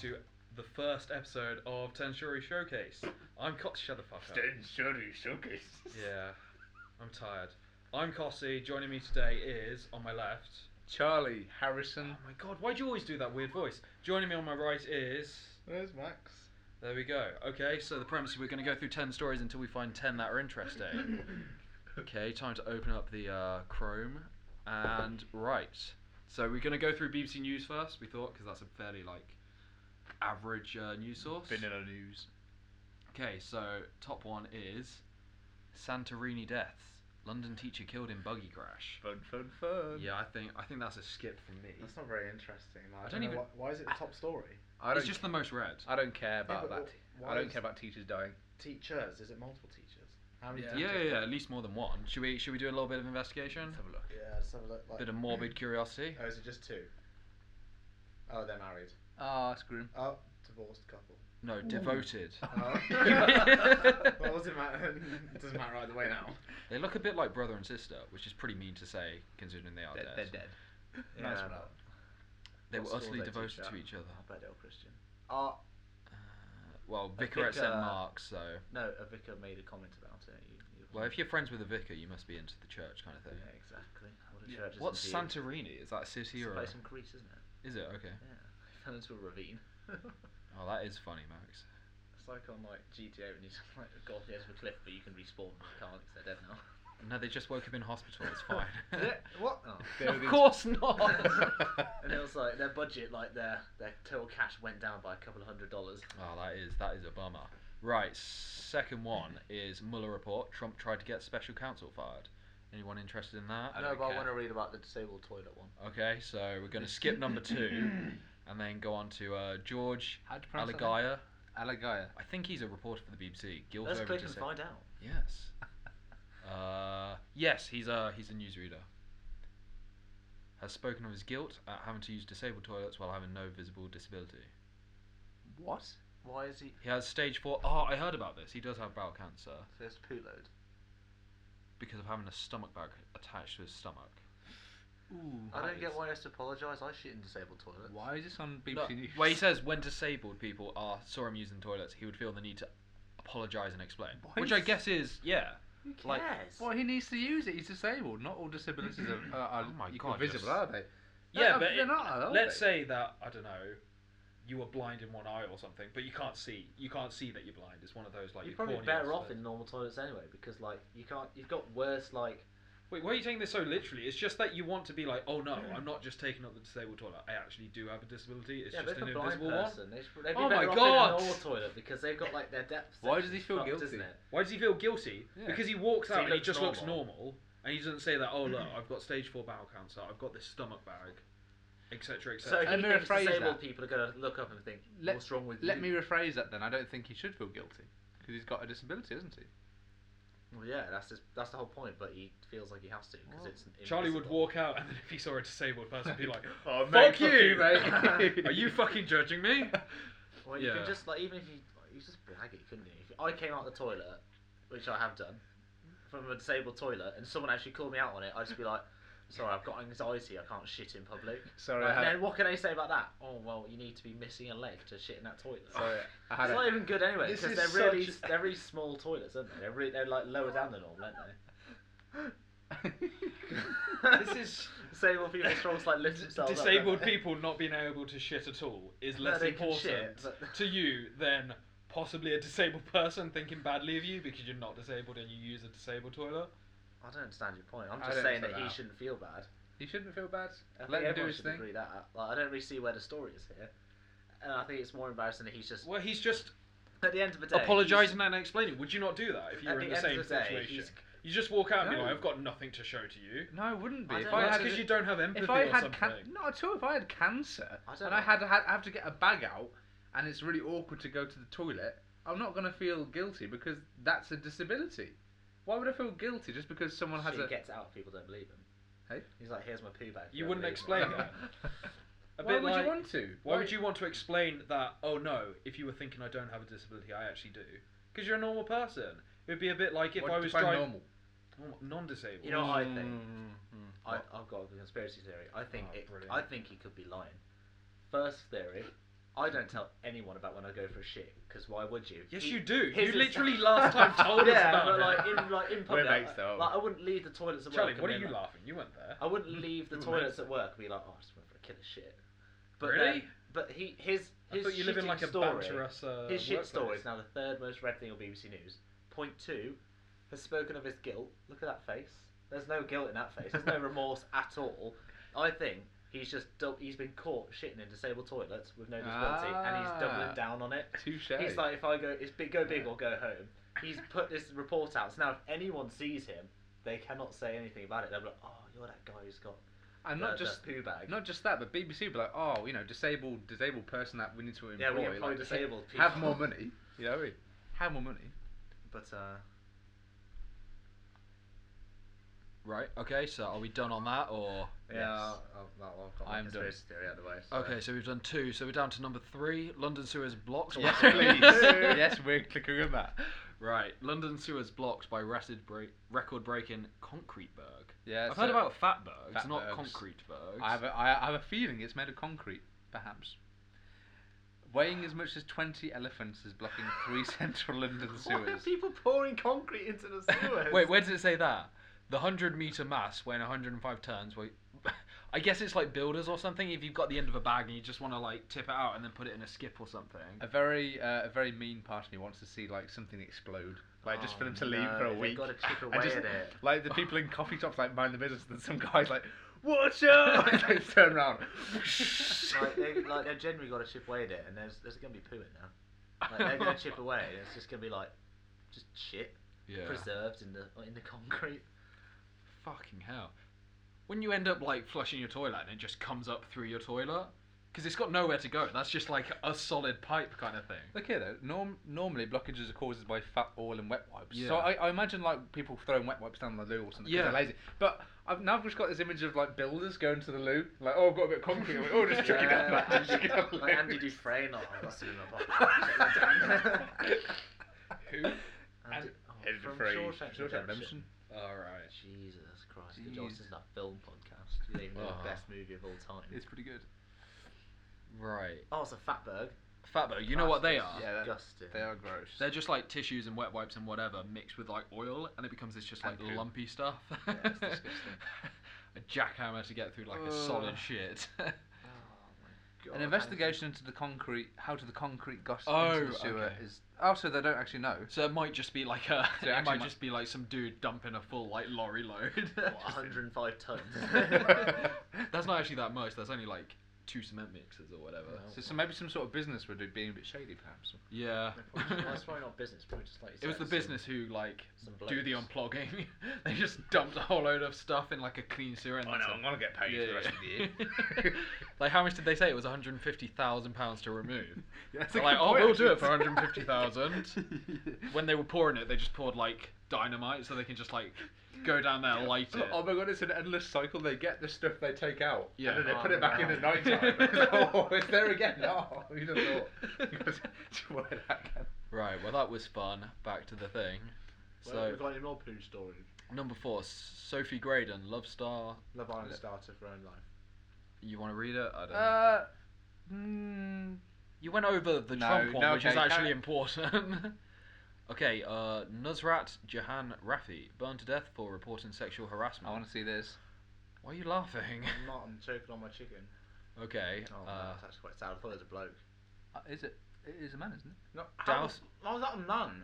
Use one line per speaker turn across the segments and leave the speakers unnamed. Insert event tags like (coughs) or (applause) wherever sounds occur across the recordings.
to the first episode of Tenshuri Showcase. I'm Kotsi Shutterfucker.
Shuri Showcase.
Yeah, I'm tired. I'm Kossi. Joining me today is, on my left...
Charlie Harrison.
Oh my god, why'd you always do that weird voice? Joining me on my right is...
Where's Max?
There we go. Okay, so the premise is we're going to go through 10 stories until we find 10 that are
(coughs)
interesting. okay, time to open up the uh, Chrome. And right. So we're going to go through BBC News first, we thought, because that's a fairly, like, average uh, news source.
Vanilla News.
Okay, so top one is Santorini deaths. London teacher killed in buggy crash.
Fun, fun,
Um,
fun.
Yeah, I think I think that's a skip from me.
That's not very interesting. Like,
I
I don't
don't
know
even-
why, why is it the top story?
I don't,
it's just the most read.
I don't care
but
about that.
wh-
te-
why
I don't
is-
care about teachers dying.
Teachers? Is it multiple teachers? How many?
Yeah.
Yeah,
Teachers?
yeah, yeah. At least more than one. Should we should we do a little bit of investigation?
Let's have a look.
Yeah, let's have a look. Like,
Bit of morbid curiosity.
Oh, is it just two? Oh, they're married.
Ah, it's grim.
Oh, divorced
(laughs)
couple.
No, devoted.
Uh,
(laughs)
Oh. well, doesn't matter. It (laughs) doesn't matter either way now.
They look a bit like brother and sister, which is pretty mean to say considering
Oh,
they are
They're,
dead.
they're dead.
Yeah.
Nice one, Alan.
They
What
were
school
utterly
they
devoted
teach at?
to each other.
I bet they were Christian.
Uh,
Ah,
well,
I
vicar at
think,
St
uh,
Mark's, so.
no, a vicar made a comment about it. You, you
Well,
(laughs)
if you're friends with a vicar, you must be into the church kind of
Yeah,
thing.
exactly. What a
Yeah.
church is
What's
indeed.
Santorini? Is that a city
It's a
or? A...
place in Greece, isn't it?
Is it okay?
Yeah.
(laughs)
It fell into a ravine.
Oh, that is funny, Max.
It's like on like GTA when you (laughs) just like go off the edge of a cliff, but you can respawn and you can't because they're dead
(laughs)
now.
No, they just woke up in hospital.
(laughs)
It's fine.
Is it? What?
(laughs)
(laughs) Oh.
of course (laughs) not.
and it was like their budget, like their their total cash went down by a couple of hundred dollars.
Oh, that is that is a bummer. Right, second one is Mueller report. Trump tried to get special counsel fired. Anyone interested in that?
no,
don't
but I
care.
want to read about the disabled toilet one.
Okay, so we're going to skip number two,
(coughs)
and then go on to uh, George
How do you pronounce that name?
Alagaya.
(laughs) Alagaya.
I think he's a reporter for the BBC. Gills
Let's
over
click
to
and
say-
find out.
Yes. Uh, yes, he's a he's a newsreader. Has spoken of his guilt at having to use disabled toilets while having no visible disability.
What?
Why is he?
He has stage four. Oh, I heard about this. He does have bowel cancer
So it's poo load.
because of having a stomach bag attached to his stomach.
Ooh.
I
That
don't get
is-
why he has to apologise. I shit in disabled toilets.
Why is this on BBC
No,
News?
where he says when disabled people are saw him using toilets, he would feel the need to apologise and explain,
Why
which I
is-
guess is yeah.
Who
like-
(laughs)
cares?
Well, he needs to use it. He's disabled. Not all disabilities are, (coughs) are, are
Oh my
equal
God,
visible,
just-
are they?
Yeah,
No,
but
they're
it-
not, are
let's
they?
say that I don't know, you were blind in one eye or something, but you can't see. You can't see that you're blind. It's one of those like
You're
your
probably
corneas
better off
that-
in normal toilets anyway because like you can't. You've got worse like.
Wait, why are you taking this so literally? It's just that you want to be like, oh no, I'm not just taking up the disabled toilet. I actually do have a disability. It's
yeah, but
just
if
an
a blind
invisible one.
person, they should, they'd be
Oh my
better off
God.
in a normal toilet because they've got like their depth.
Why
section
does he feel
fucked,
guilty?
Isn't it?
Why does he feel guilty?
Yeah.
Because he walks
So
out
he
and he
looks
just looks
normal.
normal, and he doesn't say that. Oh
(clears throat)
look, I've got stage four bowel cancer. I've got this stomach bag, etc.
So
etc.
Let
he
me
thinks
rephrase
disabled
that.
people are going to look up and think,
Let-
"What's wrong with
let
you?"
me rephrase that then. I don't think he should feel guilty because he's got a disability, hasn't he?
Well, yeah, that's his, that's the whole point. But he feels like he has to because
Well,
it's. Invisible.
Charlie would walk out, and then if he saw a disabled person, be
(laughs)
like,
(laughs) Oh,
"Fuck
mate, fuck
you!
you,
(laughs)
mate." (laughs)
Are you fucking judging me?"
Well, you
Yeah.
can just like even if you you just blag it, couldn't you? If I came out the toilet, which I have done, from a disabled toilet, and someone actually called me out on it, I'd just be like. Sorry, I've got anxiety. I can't shit in public.
Sorry,
Like,
I had-
Then what can they say about that? Oh well, you need to be missing a leg to shit in that toilet.
Sorry, I had
It's
a-
not even good anyway
This
because
is
they're really
such-
they're really small toilets, aren't they? (laughs) They're really, they're like lower down than normal, aren't
(laughs)
they?
This is-
disabled people strong like lift themselves up, don't
Disabled
they?
people not being able to shit at all is
No,
less
they can shit,
important
but-
to you than possibly a disabled person thinking badly of you because you're not disabled and you use a disabled toilet.
I don't understand your point. I'm
I
just
don't
saying that
understand
he
that.
shouldn't feel bad.
He shouldn't feel bad.
I think
Let him do
everyone
his
should
thing.
agree that. Like, I don't really see where the story is here, and I think it's more embarrassing that he's just
Well, he's just
at the end of the day
apologising and explaining. Would you not do that if you
At
were in
the
the
end of
same
the day,
situation?
he's-
You just walk out and be
No.
like, "I've got nothing to show to you."
No, I wouldn't be.
I
if
don't
I
know.
had
That's 'cause
a-
you don't have empathy
If I
or
had
something.
not at all. If I had cancer
I don't
and I
know.
had, had have to get a bag out, and it's really awkward to go to the toilet, I'm not gonna feel guilty because that's a disability. Why would I feel guilty just because someone has
he
a?
gets out, people don't believe him.
Hey?
He's like, "Here's my poo bag."
You
don't
wouldn't
(laughs)
believe me."
explain that. A
Why
bit
would
like-
you want to?
Why would you want to explain that? Oh no, if you were thinking I don't have a disability, I actually do, because you're a normal person. It would be a bit like if
What
I was
define
driving
normal?
normal- non-disabled.
You know what I think?
Mm,
(laughs) I, I've got a conspiracy theory. I think
Oh,
it,
brilliant.
I think he could be lying. First theory, I don't tell anyone about when I go for a shit because why would you?
Yes, you do.
His
You
is-
literally last time told us
(laughs) yeah,
about
but
it.
like in like
(laughs)
in public,
mates, though.
like I wouldn't leave the toilets at
Charlie,
work.
what
and
are
be
you
like-
laughing? You weren't there.
I wouldn't leave the
We're
toilets
mates.
at work and be like, oh, I just went for a killer shit. But
really?
Then, but he his
I
his
thought you live in
shitting
like a
story.
Banteras, uh,
His shit
workplace.
story is now the third most read thing on BBC News. Point two has spoken of his guilt. Look at that face. There's no guilt in that face.
(laughs)
There's no remorse at all. I think he's just dou- he's been caught shitting in disabled toilets with no disability, and he's doubling
Ah.
down on it.
Touche.
He's like, if I go, it's big, go big or go home. He's put this report out. So now, if anyone sees him, they cannot say anything about it. They'll be like, oh, you're that guy who's got
and not
the-
just
the poo bag.
not just that, but BBC would be like, oh, you know, disabled disabled person that we need to employ.
yeah, we employ
like,
disabled people.
Have more money. You know, what I mean? have more money.
But uh,
Right. Okay. So are we done on that, or
Yes.
Yeah, I'll, I'll, I'll, I'll
I'm done.
conspiracy theory out the way. so-
okay? So we've done two. So we're down to number three. London sewers blocked.
Yes,
(laughs)
by- (laughs)
please. (laughs) yes, we're clicking on that.
Right. London sewers blocked by record break record breaking concrete berg.
Yeah,
I've
so
heard about fatbergs,
Fatbergs.
not concrete bergs.
(laughs)
I have a, I have a feeling it's made of concrete, perhaps. Weighing as much as twenty elephants is blocking three (laughs) central London
(laughs) why are
sewers.
people pouring concrete into
(laughs)
the
(laughs)
sewers?
Wait, where does it say that? The hundred meter mass weighing 105 tons. Wait, (laughs) I guess it's like builders or something. If you've got the end of a bag and you just want to like tip it out and then put it in a skip or something.
A very uh, a very mean part of me wants to see like something explode, like just for
Oh,
them to leave
no,
for a
they've
week.
gotta chip
and
away
just-
at it.
Like the people in
(laughs)
coffee shops, like mind the business, and some guys like, "Watch (laughs) out!" and they turn around.
like, they, like they've generally got to chip away at it, and there's there's gonna be poo in there. Like they're
(laughs)
gonna chip away, and it's just gonna be like just shit
yeah.
preserved in the in the concrete.
Fucking hell. When you end up like flushing your toilet and it just comes up through your toilet, because it's got nowhere to go. That's just like a solid pipe kind of thing.
Look here though. Norm- normally blockages are caused by fat oil and wet wipes.
Yeah.
So I, I imagine like people throwing wet wipes down the loo or something. 'cause
Yeah.
They're lazy. But I've now just got this image of like builders going to the loo. Like oh, I've got a bit of concrete. I'm like, oh, just chuck it down.
Yeah,
Like,
like
just chuck it down the
Andy,
loo.
like Andy Dufresne. Oh, I've seen him
(laughs)
up.
Who?
Andy, oh,
Andy
from
Dufresne.
Shawshank
Shawshank
Redemption.
Redemption.
All right.
(laughs) Jesus Christ,
Jeez.
good job this is a film podcast. You don't even know
Oh.
the best movie of all time.
It's pretty good.
Right.
Oh, it's a Fatberg.
Fatberg. You know what they
Ah,
are?
Yeah, that-
Disgusting.
They are gross.
They're just like tissues and wet wipes and whatever mixed with like oil, and it becomes this just like
And poo.
lumpy stuff.
it's disgusting.
(laughs) a jackhammer to get through like a solid
(laughs)
shit.
Oh, my God.
An investigation into the concrete, how to the concrete got
Oh,
into the sewer
okay.
is. Oh, so they don't actually know.
so it might just be like a,
So it
it,
actually
might
might-
just be like some dude dumping a full like lorry load.
What,
(laughs)
(laughs) 105 tons.
That's not actually that much. That's only like two cement mixes or whatever.
So, so maybe some sort of business would be being a bit shady, perhaps.
Yeah.
That's probably not business, probably just like
it
you
was the
said, some-
business who like
some
do the
blokes.
unplugging. (laughs) they just dumped a whole load of stuff in like a clean sewer. And
I know.
that's it.
I'm gonna get paid for the rest of the year. (laughs)
(laughs) like how much did they say it was 150,000 pounds to
(laughs)
remove?
Yeah, that's a
They're like,
good
oh,
point,
we'll do it for
actually." (laughs)
150,000. when they were pouring it, they just poured like dynamite, so they can just like go down there, light it.
Oh my god, it's an endless cycle. They get the stuff they take out,
Yeah.
and then they
Oh,
put it back in
no.
at night time. (laughs) oh, it's there again. No, you don't know. (laughs)
Right. Well, that was fun. Back to the thing.
Well,
So
we've got any more poo stories.
number four, Sophie Graydon, Love Star.
Love Island starter for her own life.
You want to read it? I don't. know.
Uh, mm,
You went over the
No,
Trump one,
no,
which
okay,
is actually
carry-
important. (laughs) okay, uh, Nusrat Jahan Rafi, burned to death for reporting sexual
I
harassment.
want to see this.
Why are you laughing?
I'm not, I'm choking on my chicken.
(laughs) Okay,
Oh, no,
uh,
that's actually quite sad. I thought it was a bloke.
Uh, is it? It is a man, isn't it?
No,
how Dallas-
How was that a nun?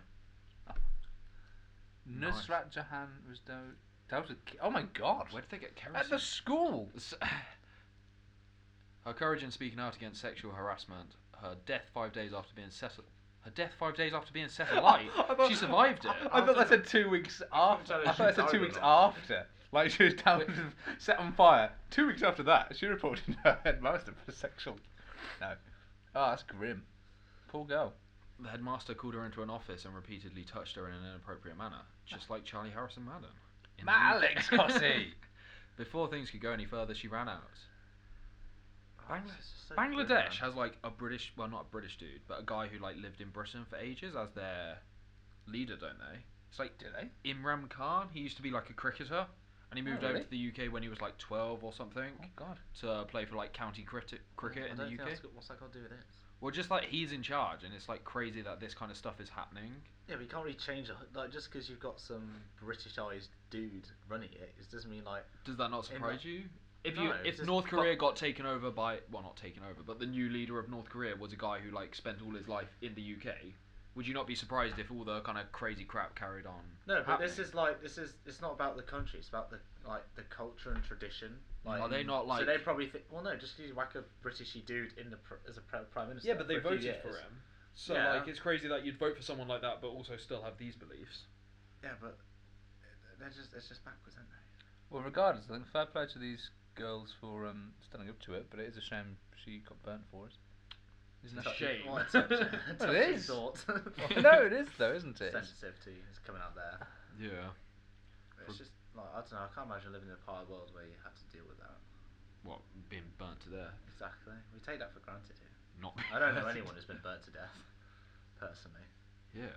Nice.
Nusrat Jahan was down. That was a ki- oh my god!
where did they get kerosene?
At the school.
S- (sighs) her courage in speaking out against sexual harassment, her death five days after being set, her death five days after being
(laughs)
set alight.
I thought-
she survived it.
I thought that said two weeks after. I thought that said two weeks after. Like she was down, set on fire. Two weeks after that, she reported her headmaster for sexual. No. Oh, that's grim. Poor girl.
the headmaster called her into an office and repeatedly touched her in an inappropriate manner, just like Charlie Harrison Madden. in the
Malik
UK.
Scotty.
Before things could go any further, she ran out. Bangla-
Oh, this is so grim, man.
Bangladesh has like a British, well, not a British dude, but a guy who like lived in Britain for ages as their leader, don't they? It's like
Do they?
Imran Khan. He used to be like a cricketer, and he
Oh,
moved
really?
over to the UK when he was like 12 or something
Oh God.
to play for like county cricket cricket
I
in
don't
the
think
UK.
that's got- What's that got to do with this?
Well, just like he's in charge, and it's like crazy that this kind of stuff is happening.
Yeah, but you can't really change it. Like, just because you've got some Britishized dude running it, it doesn't mean like.
Does that not
In
surprise
that-
you? If you
No,
if
just-
North
but-
Korea got taken over by well not taken over but the new leader of North Korea was a guy who like spent all his life in the UK, would you not be surprised if all the kind of crazy crap carried on?
No, but this
happening?
is like this is it's not about the country. It's about the like the culture and tradition. Like,
Are they not,
So
like-
they probably think, well, no, just you whack a Britishy dude in the pr- as a pr- prime minister.
yeah, but they
for a few
voted for
years.
him. So
Yeah.
like it's crazy that you'd vote for someone like that but also still have these beliefs.
Yeah, but they're just it's just backwards, aren't they?
Well, regardless, I think fair play to these girls for um, standing up to it, but it is a shame she got burnt for it.
Isn't that
Touchy-
shame?
well, it's (laughs) touchy-
(laughs)
touchy
is.
Thought.
(laughs)
(laughs)
no, it is though, isn't it?
Sensitivity is coming out there.
yeah.
It's just like I don't know. I can't imagine living in a part of the world where you have to deal with that.
What being burnt to death?
Exactly. We take that for granted here.
Not.
I don't (laughs) know anyone who's been burnt to death, personally.
Yeah.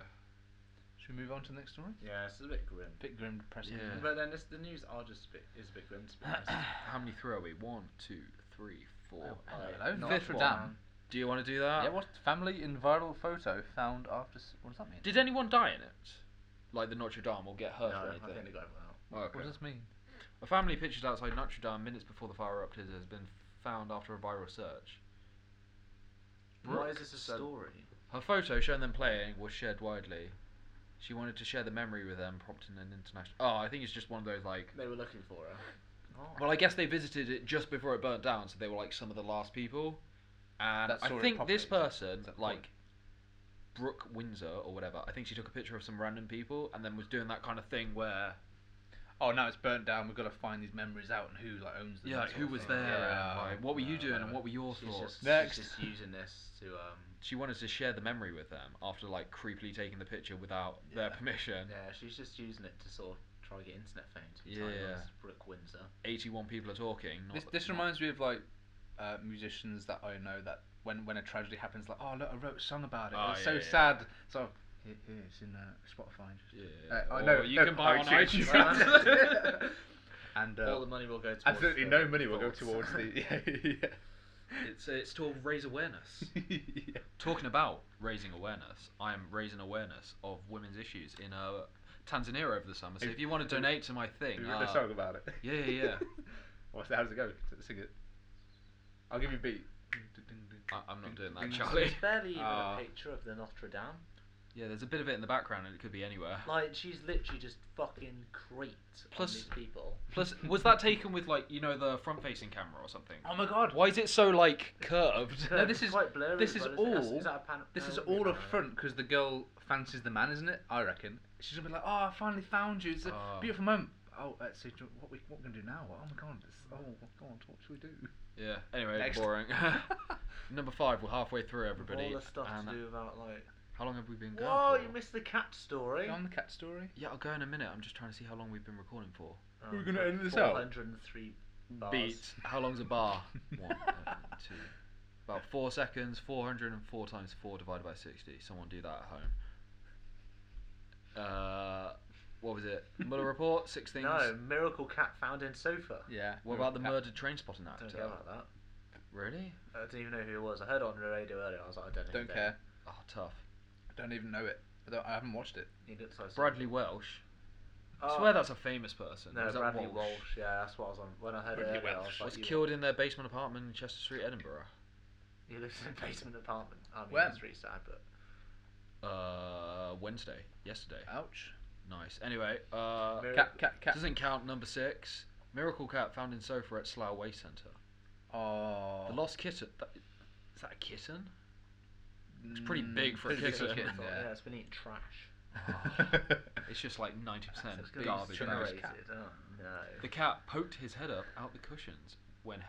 Should we move on to the next story?
Yeah, it's a bit grim.
A bit grim, depressing.
Yeah.
But then this, the news are just a bit is a bit grim to be (coughs) honest.
How many throw are we? One, two, three, four.
Oh, I-
Hello,
not
Notre
one.
Dame.
Do you want to do that?
yeah, what family in viral photo found after? s- What does that mean?
Did anyone die in it? Like the Notre Dame or get
No,
hurt or
I
anything?
think they got everyone out.
Oh, okay.
What does this mean?
A family pictured outside Notre Dame minutes before the fire erupted has been found after a viral search.
Why
Brooke
is this a
said-
story?
Her photo, shown them playing, was shared widely. She wanted to share the memory with them, prompting an international. Oh, I think it's just one of those like.
They were looking for her. Oh.
Well, I guess they visited it just before it burnt down, so they were like some of the last people. And
That saw
I
it
think this
properly,
person,
is that the
like
point?
Brooke Windsor or whatever, I think she took a picture of some random people and then was doing that kind of thing where
Oh, now it's burnt down. We've got to find these memories out and who like owns them.
Yeah,
and
like
sort
who
of
was
thing.
there?
Yeah.
And like, what were you
Uh,
doing? And what were your
She's
thoughts?
just,
Next.
she's just using this to um.
She wanted to share the memory with them after like creepily taking the picture without their
Yeah.
permission.
Yeah, she's just using it to sort of try to get internet fame. To be
Yeah.
yeah. Brooke Windsor.
Eighty-one people are talking. Not
This,
that-
this
not-
reminds me of like uh, musicians that I know that when when a tragedy happens, like oh look, I wrote a song about it.
Oh,
it's
yeah,
so
yeah.
sad. So here, here it's in uh, Spotify.
Yeah.
Uh, I
or
know-
You
no,
can buy it on
(laughs) iTunes.
iTunes.
(laughs) And
All
uh,
the money will go towards.
absolutely
the
no
uh,
money will go
thoughts.
towards
(laughs)
the. (laughs) Yeah,
it's it's to raise awareness.
yeah.
Talking about raising awareness, I am raising awareness of women's issues in uh, Tanzania over the summer. So
Who-
if you want
who-
to donate to my
You
thing,
wrote a
uh,
song about it.
yeah, yeah, yeah.
(laughs) What's that? How's it go? Sing it. I'll give you a beat.
I- I'm not doing
(laughs)
that, Charlie.
There's barely even
Ah.
a picture of the Notre Dame.
yeah, there's a bit of it in the background, and it could be anywhere.
Like she's literally just fucking creeped
Plus-
on these people.
Plus, was that taken with like you know the front-facing camera or something?
Oh my
(laughs)
god.
Why is it so like curved?
No, this
It's
is-
quite blurry.
this
as
is
well, isn't it? That's-
all-
Is that a pan-
This
no,
is
it wouldn't
all
be
up
a pan-
front because the girl fancies the man, isn't it? I reckon. She's gonna be like, "Oh, I finally found you. It's a
Oh.
beautiful moment." Oh, uh, so do- what we what we gonna do now? Oh my god! This, oh my god! What should we do?
(laughs) Yeah. Anyway,
Next.
boring. (laughs)
(laughs)
Number five. We're halfway through, everybody.
All the stuff
and uh,
to do about like.
How long have we been going?
Whoa!
for?
You missed the cat story.
Go on the cat story.
Yeah, I'll go in a minute. I'm just trying to see how long we've been recording for.
Oh,
We're gonna edit this out.
403 bars.
Beat. How long's a
(laughs)
(laughs)
bar? One, uh, two. About four seconds. Four hundred and four times four divided by sixty. Someone do that at home. Uh, what was
(laughs)
it? Mueller report. Six things.
No, miracle cat found in sofa.
Yeah.
What about the
Cat-
murdered train spotting
I
actor?
don't care about that.
Uh, Really?
I don't even know who it was. I heard it on the radio earlier. I was like, I don't know. who
Don't
they-
care.
Oh, tough.
I don't even know it. I, don't, I haven't watched it.
You looked so
Bradley Welsh.
Oh,
I swear that's a famous person.
No,
Is that
Bradley
Walsh?
Walsh. Yeah, that's what I was on. When I heard
Bradley
it earlier, I
Walsh.
was like,
Was
you-
killed in their basement apartment in Chester Street, Edinburgh.
He lives in a basement apartment. I mean,
When?
that's really sad, but
Uh, Wednesday, yesterday.
Ouch.
Nice. Anyway, uh,
Oh. Mir-
Cat, cat, cat.
doesn't count. Number six, miracle cat found in sofa at Slough Waste Centre.
Oh.
The lost kitten. That, is that a
(laughs)
kitten? it's pretty big for a
Mm, pretty big
kitten.
I
Yeah.
thought, yeah. it's been eating trash.
(laughs)
(laughs)
It's just like ninety percent
It's gonna be
garbage.
trash.
generated.
cat.
Oh, no.
The cat poked his head up out the cushions when,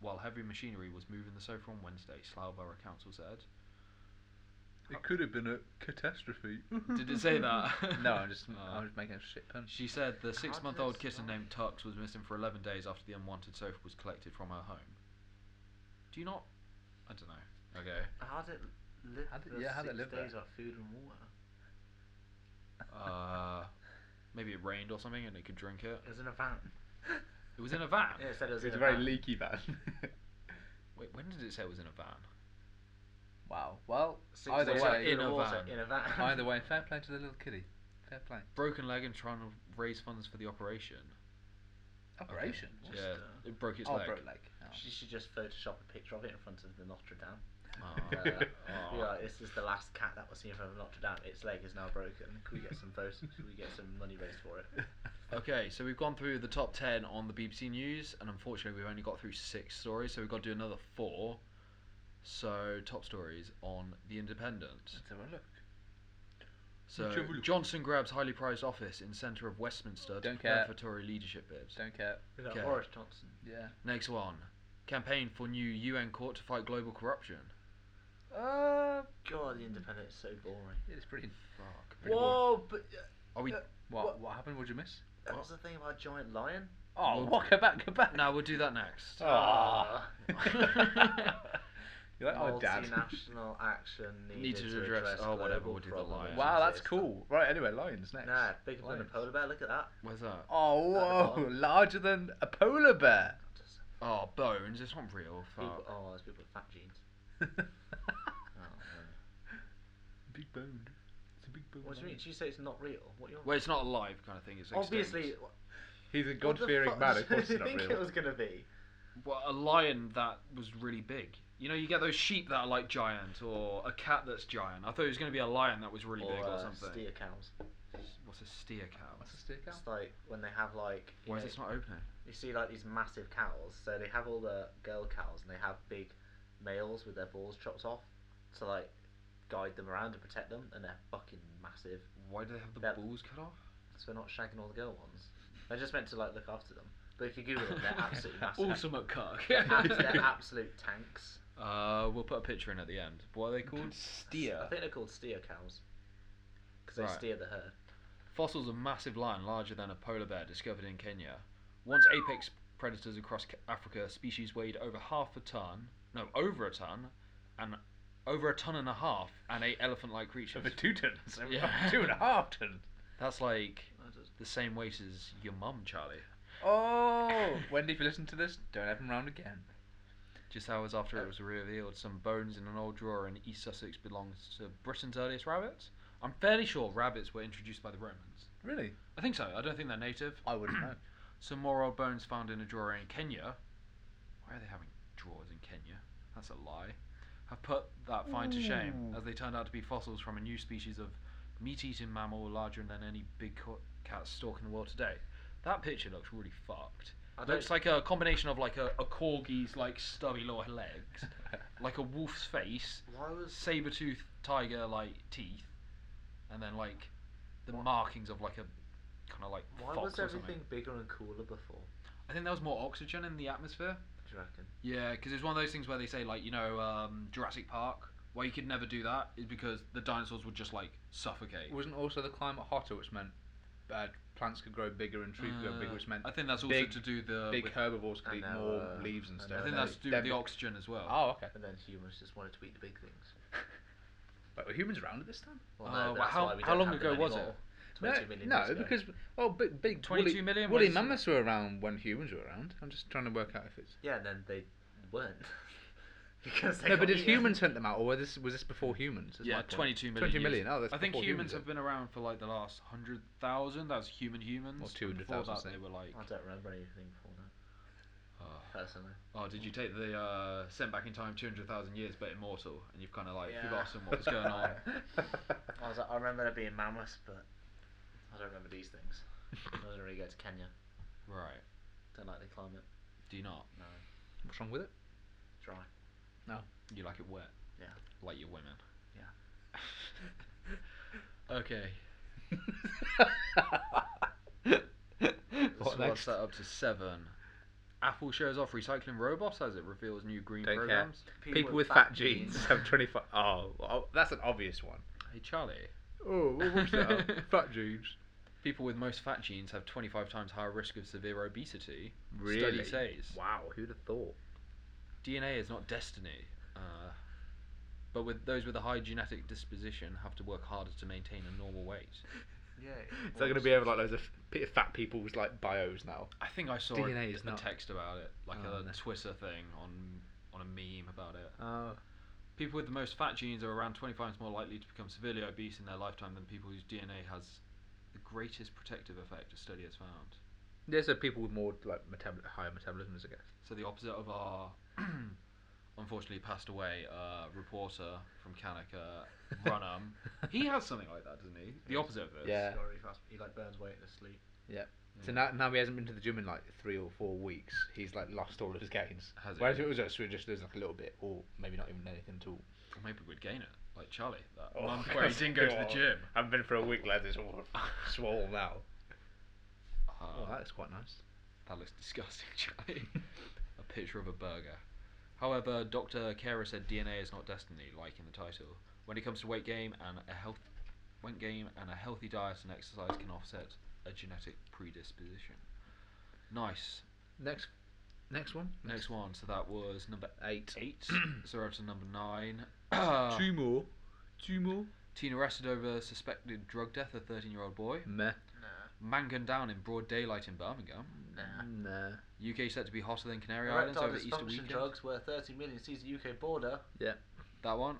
while heavy machinery was moving the sofa on Wednesday. Slough Borough Council said.
it could have been a catastrophe.
(laughs) Did it say that?
(laughs) no, I'm
(laughs)
just
(laughs) Oh.
I'm just making a shit pun.
She said the six month
does
old kitten
that-
named Tux was missing for 11 days after the unwanted sofa was collected from her home. Do you not. I don't know.
(laughs)
Okay.
How'd it live?
How'd it-
for
yeah, how'd it
six
live there?
days without food and water.
(laughs)
Uh, maybe it rained or something and it could drink it.
It was in a van.
It was in a van.
Yeah, it said it was
It was
in
a
a
very
van.
leaky van.
Wait, when did it say it was in a van?
(laughs) Wow. Well,
Six
either
days
way,
in a
a
water,
van.
in a van.
(laughs) either way,
(laughs)
fair play to the little kiddie. Fair play.
Broken leg and trying to raise funds for the operation.
Operation.
What's
yeah,
the-
it broke its
Oh,
leg.
broke leg. Oh. (laughs)
She should just Photoshop a picture of it in front of the Notre Dame.
(laughs) Aw.
Uh,
Aw.
yeah, this is the last cat that was seen from Notre Dame. Its leg is now broken. Can we get some votes? Can we get some money raised for it?
(laughs)
Okay, so we've gone through the top 10 on the BBC News, and unfortunately, we've only got through six stories, so we've got to do another four. So, top stories on The Independent.
Let's have a look.
So,
Let's have a look.
Johnson grabs highly prized office in centre of Westminster to
Don't
prepare
care.
for Tory leadership bids.
Don't care.
Is that
Okay.
Boris Johnson?
Yeah.
Next one campaign for new UN court to fight global corruption.
Uh,
God, the Independent is so boring.
it's pretty.
Fuck.
Pretty boring.
Whoa, but uh,
Are
(laughs)
we.
Uh,
What,
What?
what? happened? What'd you miss?
that was the thing about giant lion.
Oh,
Well-
what? Go back, go back.
No, we'll do that next.
Ah. (laughs) You're like, oh, dad.
Ah. Multinational action needed
Need to
to
address-
address.
oh, whatever,
global
we'll do the
problems
lion.
(laughs) Wow, that's
exist.
cool. Right, anyway, lions next.
Nah, bigger than a
Lions.
polar bear. Look at that.
Where's that?
Oh, whoa,
bottom.
larger than a
(laughs)
polar bear.
Just
Oh, bones. It's not real.
people,
Fuck.
oh, there's people with fat jeans. Oh, no.
big boned. It's a big boned.
What do you mean?
lion.
Did you say it's not real? What do you?
Well, it's not alive kind of thing. It's
Obviously,
extinct.
He's a
what the
God fearing
fuck
man,
(laughs) did
of course
you
it's not
think
real.
it was gonna be?
Well, a lion that was really big. You know, you get those sheep that are like giant, or a cat that's giant. I thought it was going to be a lion that was really big or
uh,
something.
Steer cows.
What's a steer cow?
What's a steer cow? (laughs)
It's like when they have like you,
Why is
know,
this not opening?
you see like these massive cows. So they have all the girl cows and they have big males with their balls chopped off to like guide them around and protect them, and they're fucking massive.
Why do they have the
That-
balls cut off?
So we're not shagging all the girl ones. They're just meant to like look after them. But if you Google them, they're
(laughs)
(laughs) absolutely massive.
Ultimate cock.
They're (laughs) abs-
(laughs)
they're absolute tanks.
uh, we'll put a picture in at the end. What are they called? Steer.
I think they're called steer cows. Because they
Right.
steer the herd.
Fossils of massive lion larger than a polar bear discovered in Kenya. Once apex predators across Ca- Africa, species weighed over half a ton. No, over a ton, and over a ton and a half, and ate elephant-like creatures.
Over two tons. Over
Yeah.
(laughs) Two and a half tons.
That's like the same weight as your mum, Charlie.
Oh, (laughs) Wendy, if you listen to this, don't have him round again.
Just hours after it was revealed, some bones in an old drawer in East Sussex belongs to Britain's earliest rabbits. I'm fairly sure rabbits were introduced by the Romans.
Really?
I think so. I don't think they're native.
I wouldn't
(clears throat)
know.
Some more old bones found in a drawer in Kenya. Why are they having drawers in Kenya? That's a lie. Have put that find to shame
Ooh.
as they turned out to be fossils from a new species of meat-eating mammal larger than any big co- cat stalking the world today. That picture looks really fucked.
I don't
Looks like a combination of like a, a corgi's like stubby little legs,
(laughs)
like a wolf's face,
Why was
saber tooth tiger like teeth, and then like the markings of like a kind of like
why
fox
was
or something.
everything bigger and cooler before?
I think there was more oxygen in the atmosphere.
Do you reckon?
Yeah, because it's one of those things where they say like you know um, Jurassic Park. Why you could never do that is because the dinosaurs would just like suffocate.
Wasn't also the climate hotter, which meant uh, plants could grow bigger and trees could grow bigger,
Uh,
which meant
I think that's also
big-
to do the.
big
with-
herbivores could
I
eat
know,
more
uh,
leaves and
I
stuff.
I
know.
think
They-
that's to do with
they-
the oxygen as well.
Oh, okay.
And then humans just wanted to eat the big things. Oh,
But were humans around at this time?
Well,
Uh,
no,
well,
that's
how-
why we
how
don't
long
have them
ago was
anymore.
No,
22 million
no,
years ago.
because well, big, big
22
woolly,
million,
woolly
what is it?
mammoths were around when humans were around. I'm just trying to work out if it's
yeah, and then they weren't (laughs) because they
no,
got
but did
eaten.
humans hunt them out, or was this was this before humans? Is my
yeah,
point.
22 million.
22 million.
years.
Oh, that's
I think
before
humans
humans
have been around for like the last 100,000. That's human humans.
Or
and
200,000,
Before that,
say.
they were like.
I don't remember anything before that
Oh,
personally.
oh, did you take the uh, sent back in time 200,000 years but immortal? And you've kind of like
Yeah.
forgotten what's going on.
(laughs)
I was like, I remember there being mammoths, but I don't remember these things. I don't really go to Kenya.
Right.
Don't like the climate.
Do you not?
No,
What's wrong with it? (laughs)
dry.
You like it wet?
Yeah.
Like your women?
Yeah.
okay. What
what next?
that up to seven. Apple shows off recycling robots as it reveals new green
Don't care.
programs.
People with fat jeans have 25. Oh, oh, that's an obvious one.
Hey Charlie.
Oh,
what was
(laughs)
that?
fat jeans.
People with most fat genes have 25 times higher risk of severe obesity. Study
Really?
says.
Wow, who'd have thought?
DNA is not destiny. Uh, but with those with a high genetic disposition have to work harder to maintain a normal weight.
Yeah.
Is that going to be over like loads of f- fat people's like bios now?
I think I saw
DNA
a,
is
a
not-
text about it, like
Oh,
a
no.
Twitter thing on on a meme about it.
Oh.
People with the most fat genes are around 20 times more likely to become severely obese in their lifetime than people whose DNA has the greatest protective effect, a study has found.
There's are people with more like metabol- higher metabolisms, I guess.
So the opposite of our (clears throat) unfortunately passed away uh, reporter from Kanaka, Runham. he has something like that, doesn't he? The opposite of this.
Yeah.
Go really fast. He like burns weight in his sleep.
Yeah. So now, now he hasn't been to the gym in like three or four weeks. He's like lost all of his gains.
Has he?
Whereas if it was us, we just lose like a little bit, or maybe not even anything at all.
Or maybe we'd gain it, like Charlie, that
(laughs)
month where he didn't go to the gym.
I've Oh, been for a week, lads. It's (laughs) all swollen now.
Uh,
Oh, that is quite nice.
That looks (laughs) disgusting, Charlie. a picture of a burger. However, Dr. Kara said DNA is not destiny, like in the title. When it comes to weight gain and a health weight gain and a healthy diet and exercise can offset a genetic predisposition. Nice.
Next, next one.
Next one. So that was number
Eight.
eight. (clears throat) Ah. so we're up to number nine.
Two more. Two more.
(clears throat) Teen arrested over suspected drug death of 13-year-old boy.
Meh.
Nah.
Man gunned down in broad daylight in Birmingham.
Nah.
Nah.
UK set to be hotter than Canary Islands
Erectile
over Easter
dysfunction
weekend.
drugs where 30 million sees the UK border,
Yeah.
That one.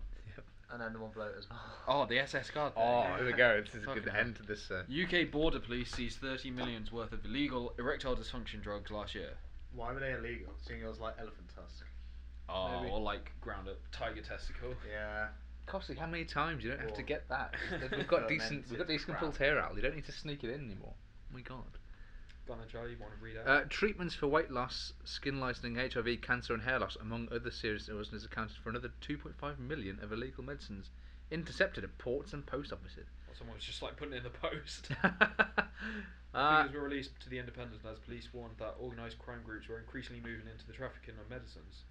and then the one bloat as well.
Oh, the SS card. thing.
Oh, here we go. This is a
Fucking
good
hell.
end to this. Uh,
UK border police seized 30 millions worth of illegal erectile dysfunction drugs last year.
Why were they illegal? Seeing it was like elephant tusk.
Oh,
Maybe.
or like ground up tiger testicle.
Yeah.
Costly. How many times you don't have to
Well,
(laughs)
get that? We've got decent. We've got
fermented
decent
crap.
filterate. You don't need to sneak it in anymore. Oh my God.
Go on, then, Charlie, you want to read out?
Uh, treatments for weight loss, skin lightening, HIV, cancer, and hair loss, among other serious illnesses, accounted for another 2.5 million of illegal medicines intercepted at ports and post offices. (laughs)
Or someone was just like putting it in the post.
Uh,
(laughs) Figures were released to the Independent as police warned that organised crime groups were increasingly moving into the trafficking of medicines.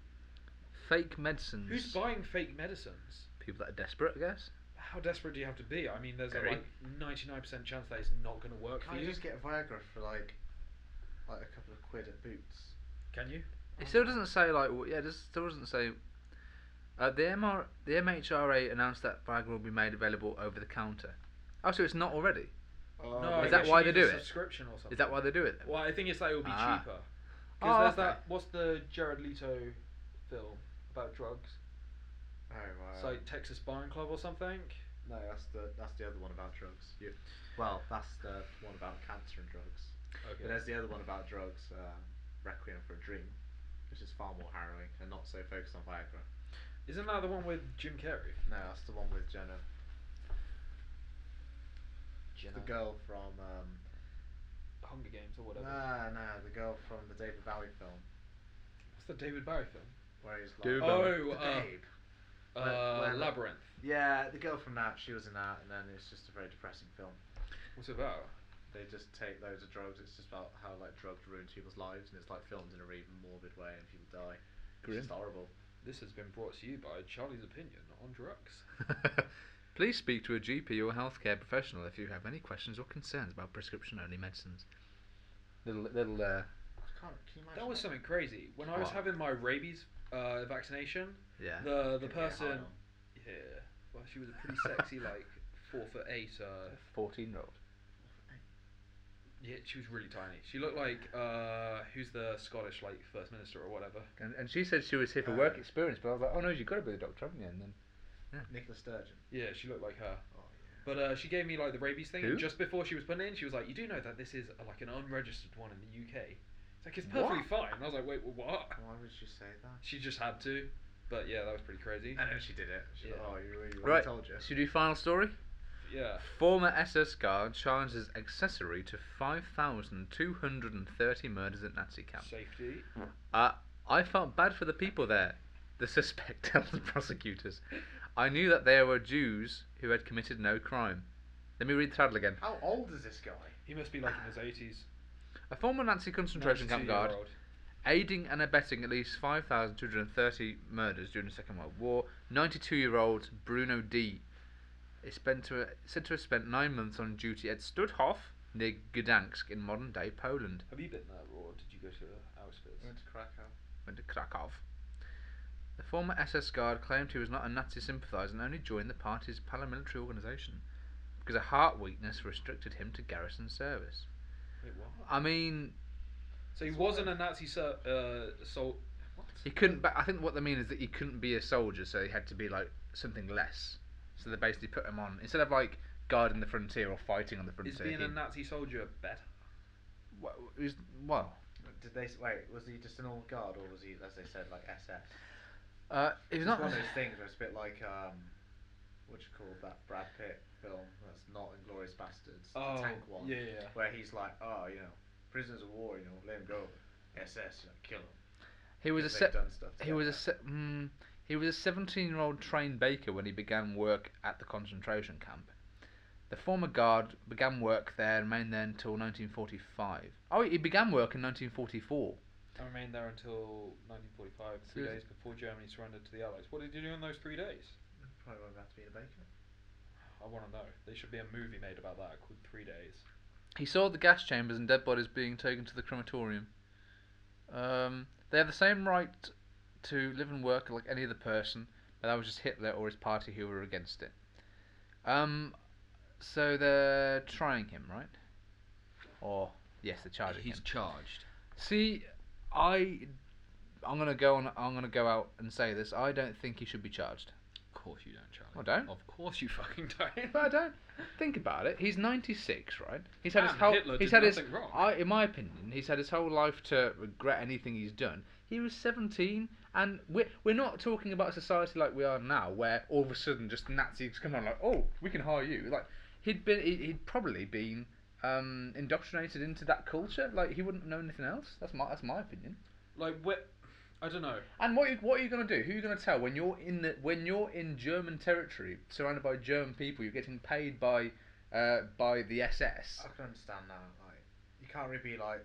fake medicines.
Who's buying fake medicines?
People that are desperate, I guess.
How desperate do you have to be? I mean, there's
Very.
a like 99% chance that it's not going to work
Can
for
you
you.
just get Viagra for like, like a couple of quid at Boots?
Can you?
It still doesn't say like wh- yeah, it just still doesn't say. Uh, the MR the MHRA announced that Viagra will be made available over the counter. Oh, so it's not already. (laughs)
no,
I
Oh, I
Is that
guess
why
you
they
need a
do it?
Subscription or something.
Is that why they do it? then?
Well, I think it's that it will be
Ah.
cheaper. Because
Oh,
there's
okay.
that. What's the Jared Leto film about drugs?
Oh wow.
It's like Texas Buying Club or something.
no, that's the that's the other one about drugs. You, well, that's the one about cancer and drugs. But
Okay.
there's the other one about drugs, um, Requiem for a Dream, which is far more harrowing and not so focused on Viagra.
Isn't that the one with Jim Carrey?
No, that's the one with Jenna.
Jenna.
The girl from um,
Hunger Games or whatever.
nah, nah, the girl from the David Bowie film
What's the David Bowie film?
where he's like,
Dude,
Oh,
the
uh,
babe.
uh,
Where- where-
Labyrinth.
Yeah, the girl from that, she was in that, and then it's just a very depressing film.
What's it about?
They just take loads of drugs. It's just about how like drugs ruin people's lives, and it's like filmed in a really morbid way, and people die. It's
Grim.
just horrible.
This has been brought to you by Charlie's Opinion on Drugs.
Please speak to a GP or healthcare professional if you have any questions or concerns about prescription-only medicines. Little, little. Uh,
I can't. Can you imagine?
That was something crazy. When I was
Wow.
having my rabies uh, vaccination,
yeah.
the uh, the
Give me a high
person.
on.
Yeah. Well, she was a pretty
(laughs)
sexy, like four foot eight. Uh,
Fourteen-year-old.
Yeah, she was really tiny. She looked like uh, who's the Scottish like first minister or whatever.
And, and she said she was
Uh,
here for work experience, but I was like, oh no, you've got to be a doctor, haven't you? And then
Nicola Sturgeon.
Yeah, she looked like her.
Oh yeah.
But uh, she gave me like the rabies thing,
Who?
and just before she was putting it in, she was like, "You do know that this is uh, like an unregistered one in the UK." It's like it's perfectly
What?
fine. And I was like, "Wait, wh- what?"
Why would she say that?
She just had to. But yeah, that was pretty crazy.
I know she did it. She's
Yeah.
like, oh, you really well, I
right,
told you.
should we do final story?
Yeah.
Former SS guard charges accessory to 5,230 murders at Nazi camp.
Safety.
Uh, I felt bad for the people there, the suspect (laughs) tells the prosecutors. I knew that they were Jews who had committed no crime. Let me read the title again.
How old is this guy?
He must be like in his eighties.
A former Nazi concentration camp guard aiding and abetting at least 5,230 murders during the Second World War, 92-year-old Bruno D. is spent to, said to have spent nine months on duty at Studhof near Gdansk in modern-day Poland.
Have you been there, or did you go to Auschwitz?
I went to Krakow.
Went to Krakow. The former SS guard claimed he was not a Nazi sympathiser and only joined the party's paramilitary organisation because a heart weakness restricted him to garrison service.
Wait, what?
I mean,
So he wasn't a Nazi ser- uh, sol- what?
He couldn't. But I think what they mean is that he couldn't be a soldier, so he had to be like something less. So they basically put him on instead of like guarding the frontier or fighting on the
Is
frontier.
being
he,
a Nazi soldier better?
wa- was- well,
Did they s- wait? Was he just an old guard, or was he, as they said, like SS?
uh, he's
It's
not.
one of those things where it's a bit like um, what you call that Brad Pitt film that's not Inglorious Bastards, the
Oh,
tank one,
Oh, yeah, yeah.
where he's like, oh, you know, prisoners of war, you know, let him go, SS, you know, kill him.
(laughs) He was a
They've
se-
done stuff to
he
get
was a
there.
se- mm, he was a 17-year-old trained baker when he began work at the concentration camp. The former guard began work there and remained there until 1945. Oh, he began work in 1944.
I remained there until 1945, three
Seriously?
days before Germany surrendered to the Allies. What did you do in those three days?
Probably won't have to be a baker.
I want to know. There should be a movie made about that called Three Days.
He saw the gas chambers and dead bodies being taken to the crematorium. Um, they have the same right to live and work like any other person, but that was just Hitler or his party who were against it. Um, so they're trying him, right? Or yes, they're charging
He's
him.
charged.
See, I, I'm gonna go on. I'm gonna go out and say this. I don't think he should be charged.
Of course you don't, Charlie.
I don't.
Of course you (laughs) fucking don't.
But I don't think about it. He's 96, right? He's had his
And
whole.
Ah, Hitler
he's
did
had his.
nothing wrong.
I, in my opinion, he's had his whole life to regret anything he's done. He was 17, and we're we're not talking about a society like we are now, where all of a sudden just Nazis come on like, oh, we can hire you. Like he'd been, he- he'd probably been um, indoctrinated into that culture. Like he wouldn't know anything else. That's my that's my opinion.
Like, where. I don't know.
And what you, what are you going to do? Who are you going to tell when you're in the when you're in German territory, surrounded by German people? You're getting paid by uh, by the SS.
I can understand now. Like, you can't really be like,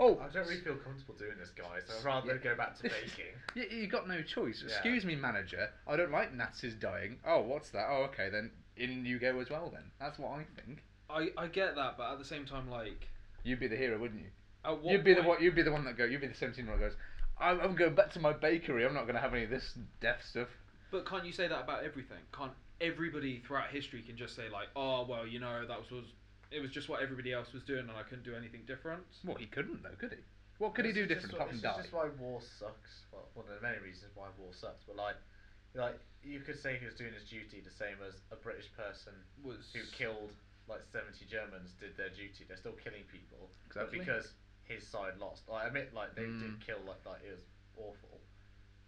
Oh,
I don't really feel comfortable doing this, guys. So I'd rather
Yeah.
go back to baking.
you, you got no choice.
Yeah.
Excuse me, manager. I don't like Nazis dying. Oh, what's that? Oh, okay then. In you go as well then. That's what I think.
I, I get that, but at the same time, like.
You'd be the hero, wouldn't you?
At what
you'd be
point,
the one. You'd be the one that go. You'd be the seventeen-year-old goes. I'm, I'm going back to my bakery. I'm not going to have any of this death stuff.
But can't you say that about everything? Can't everybody throughout history can just say, like, oh, well, you know, that was. was it was just what everybody else was doing, and I couldn't do anything different.
Well, he couldn't though, could he? What (laughs) could he
This
do
is just
different
why-
apart from
this
die?
is just why war sucks. Well, one of the many reasons why war sucks. But like, like you could say he was doing his duty the same as a British person
Was
who killed like seventy Germans did their duty. They're still killing people,
Exactly.
but because his side lost. I admit, like they
Mm.
did kill. Like that it was awful,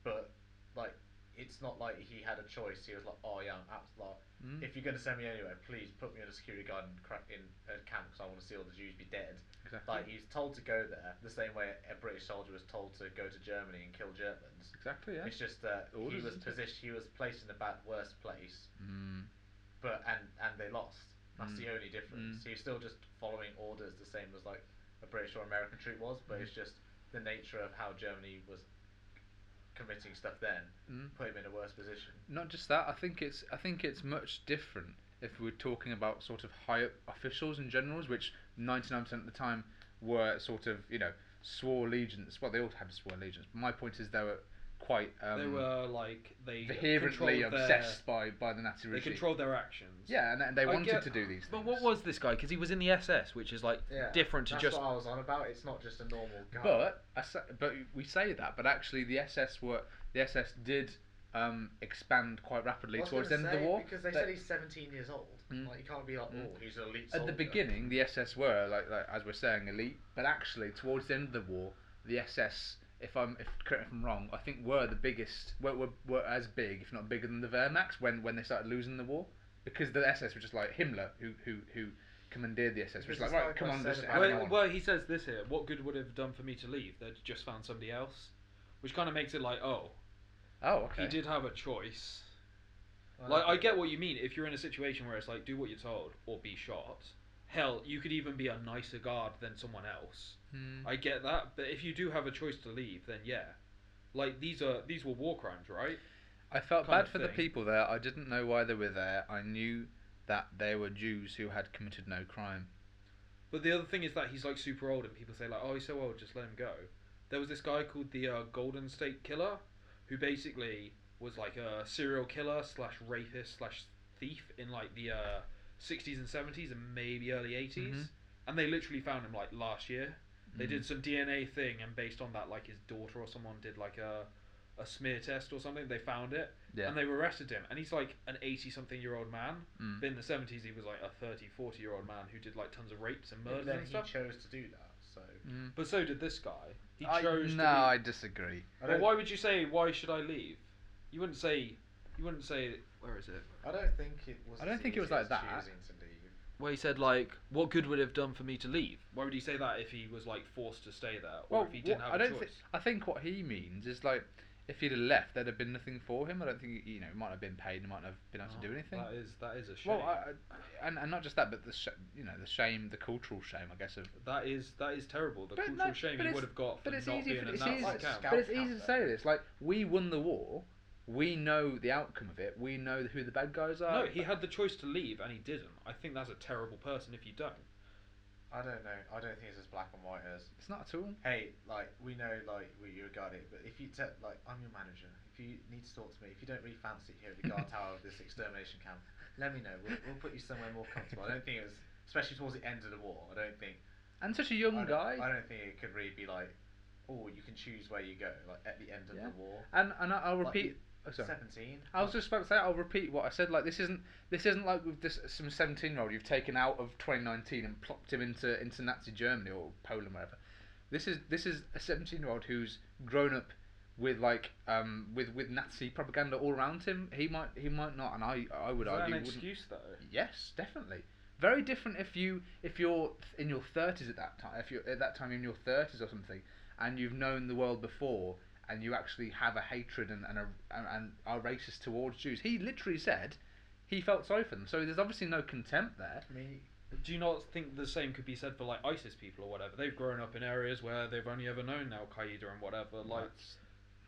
but like it's not like he had a choice. He was like, oh yeah, I'm abs- like,
Mm.
if you're going to send me anywhere, please put me in a security guard and crack in a camp because I want to see all the Jews be dead.
Exactly.
Like he's told to go there the same way a British soldier was told to go to Germany and kill Germans.
Exactly. Yeah.
It's just that
Orders,
he was
isn't it?
position he was placed in the bad worst place,
Mm.
but and and they lost. That's
Mm.
the only difference. He's still just following orders the same as like a British or American troop was, but
Mm.
it's just the nature of how Germany was committing stuff then
Mm.
put him in a worse position.
Not just that. I think it's I think it's much different if we're talking about sort of high up officials and generals, which ninety nine percent of the time were sort of you know swore allegiance. Well, they all had swore allegiance. But my point is they were quite um,
they were like they
vehemently
controlled their-
obsessed by by the Nazi
They
regime.
controlled their actions.
yeah, and, and they
I
wanted
get-
to do these.
But
things.
what was this guy? Because he was in the SS, which is like different to
that's
just.
what I was on about. It's not just a normal guy.
But I sa- but we say that, but actually the SS were the SS did um, expand quite rapidly
I was
towards the
gonna
end of the
say,
war.
Because they
That-
said he's 17 years old.
Mm.
Like, you can't be like, oh,
Mm.
he's an elite
At
soldier.
the beginning, the SS were like, like as we're saying, elite. But actually, towards the end of the war, the SS, if I'm if correct me if I'm wrong, I think were the biggest, were, were, were as big, if not bigger than the Wehrmacht when when they started losing the war, because the SS were just like Himmler, who who who commandeered the SS, was
Because
like
it's
right,
like
come
I
on,
said
just hang
about-
Well,
on.
well, he says this here. What good would it have done for me to leave? They'd just found somebody else, which kind of makes it like, oh,
oh, okay.
he did have a choice.
Well,
Like, I
that's-
get what you mean. If you're in a situation where it's like, do what you're told or be shot. Hell, you could even be a nicer guard than someone else.
Hmm.
I get that, but if you do have a choice to leave, then yeah. Like these are these were war crimes, right?
I felt
kind
bad
of
for the
thing.
people there. I didn't know why they were there. I knew that they were Jews who had committed no crime.
But the other thing is that he's like super old, and people say like, "Oh, he's so old, just let him go." There was this guy called the uh, Golden State Killer, who basically was like a serial killer slash rapist slash thief in like the uh, 60s and 70s and maybe early 80s,
Mhm.
and they literally found him like last year. They
Mm.
did some DNA thing, and based on that, like his daughter or someone did like a a smear test or something. They found it
Yeah.
and they arrested him. And he's like an 80 something year old man.
Mm.
But in the 70s, he was like a 30, 40 year old man who did like tons of rapes and
But
murders
then
and
he
stuff.
chose to do that, so
Mm.
but so did this guy. He
I-
chose
no,
to. be-
I disagree.
I
Well,
don't,
why would you say why should I leave? You wouldn't say. You wouldn't say where is it?
I don't think it was.
I don't
as
think it was
easy
like
as
that.
Choosing to leave.
Where he said like, "What good would it have done for me to leave?"
Why would he say that if he was like forced to stay there, or
Well,
if he didn't have
what- I
a
don't
choice?
think. I think what he means is like, if he'd have left, there'd have been nothing for him. I don't think you know, he might have been paid, he might not have been able to do anything.
Oh, That is that is a shame.
Well, I, I- and and not just that, but the sh- you know the shame, the cultural shame, I guess. Of
that is that is terrible. The
But
cultural
no,
shame
but
he
it's-
would have got for
but it's
not
easy
being
for-
in
it's
that
easy-
camp.
Scout
but it's
camp,
easy to
though.
say this. Like we won the war, we know the outcome of it, we know who the bad guys are.
No, he had the choice to leave and he didn't. I think that's a terrible person if you don't.
I don't know. I don't think it's as black and white as
It's not at all.
hey, like we know, like we you regard it, but if you tell, like I'm your manager, if you need to talk to me, if you don't really fancy it here at the
(laughs)
guard tower of this extermination camp, let me know. We'll, we'll put you somewhere more comfortable. I don't think it was, especially towards the end of the war. I don't think
And such a young
I don't,
guy.
I don't think it could really be like, oh, you can choose where you go. Like at the end of
Yeah.
the war,
And and I, I'll
Like,
repeat. oh, sorry.
seventeen.
I was just about to say. I'll repeat what I said. Like this isn't this isn't like with this some seventeen year old you've taken out of twenty nineteen and plopped him into into Nazi Germany or Poland wherever. This is this is a seventeen year old who's grown up with like um with with Nazi propaganda all around him. He might he might not, and I I would
Is that
argue
an
wouldn't-
excuse though?
Yes, definitely. Very different if you if you're in your thirties at that time. If you're at that time in your thirties or something, and you've known the world before, and you actually have a hatred and and, a, and, and are racist towards Jews. He literally said he felt sorry for them. So there's obviously no contempt there.
I mean,
Do you not think the same could be said for like ISIS people or whatever? They've grown up in areas where they've only ever known Al Qaeda and whatever. Like,
That's-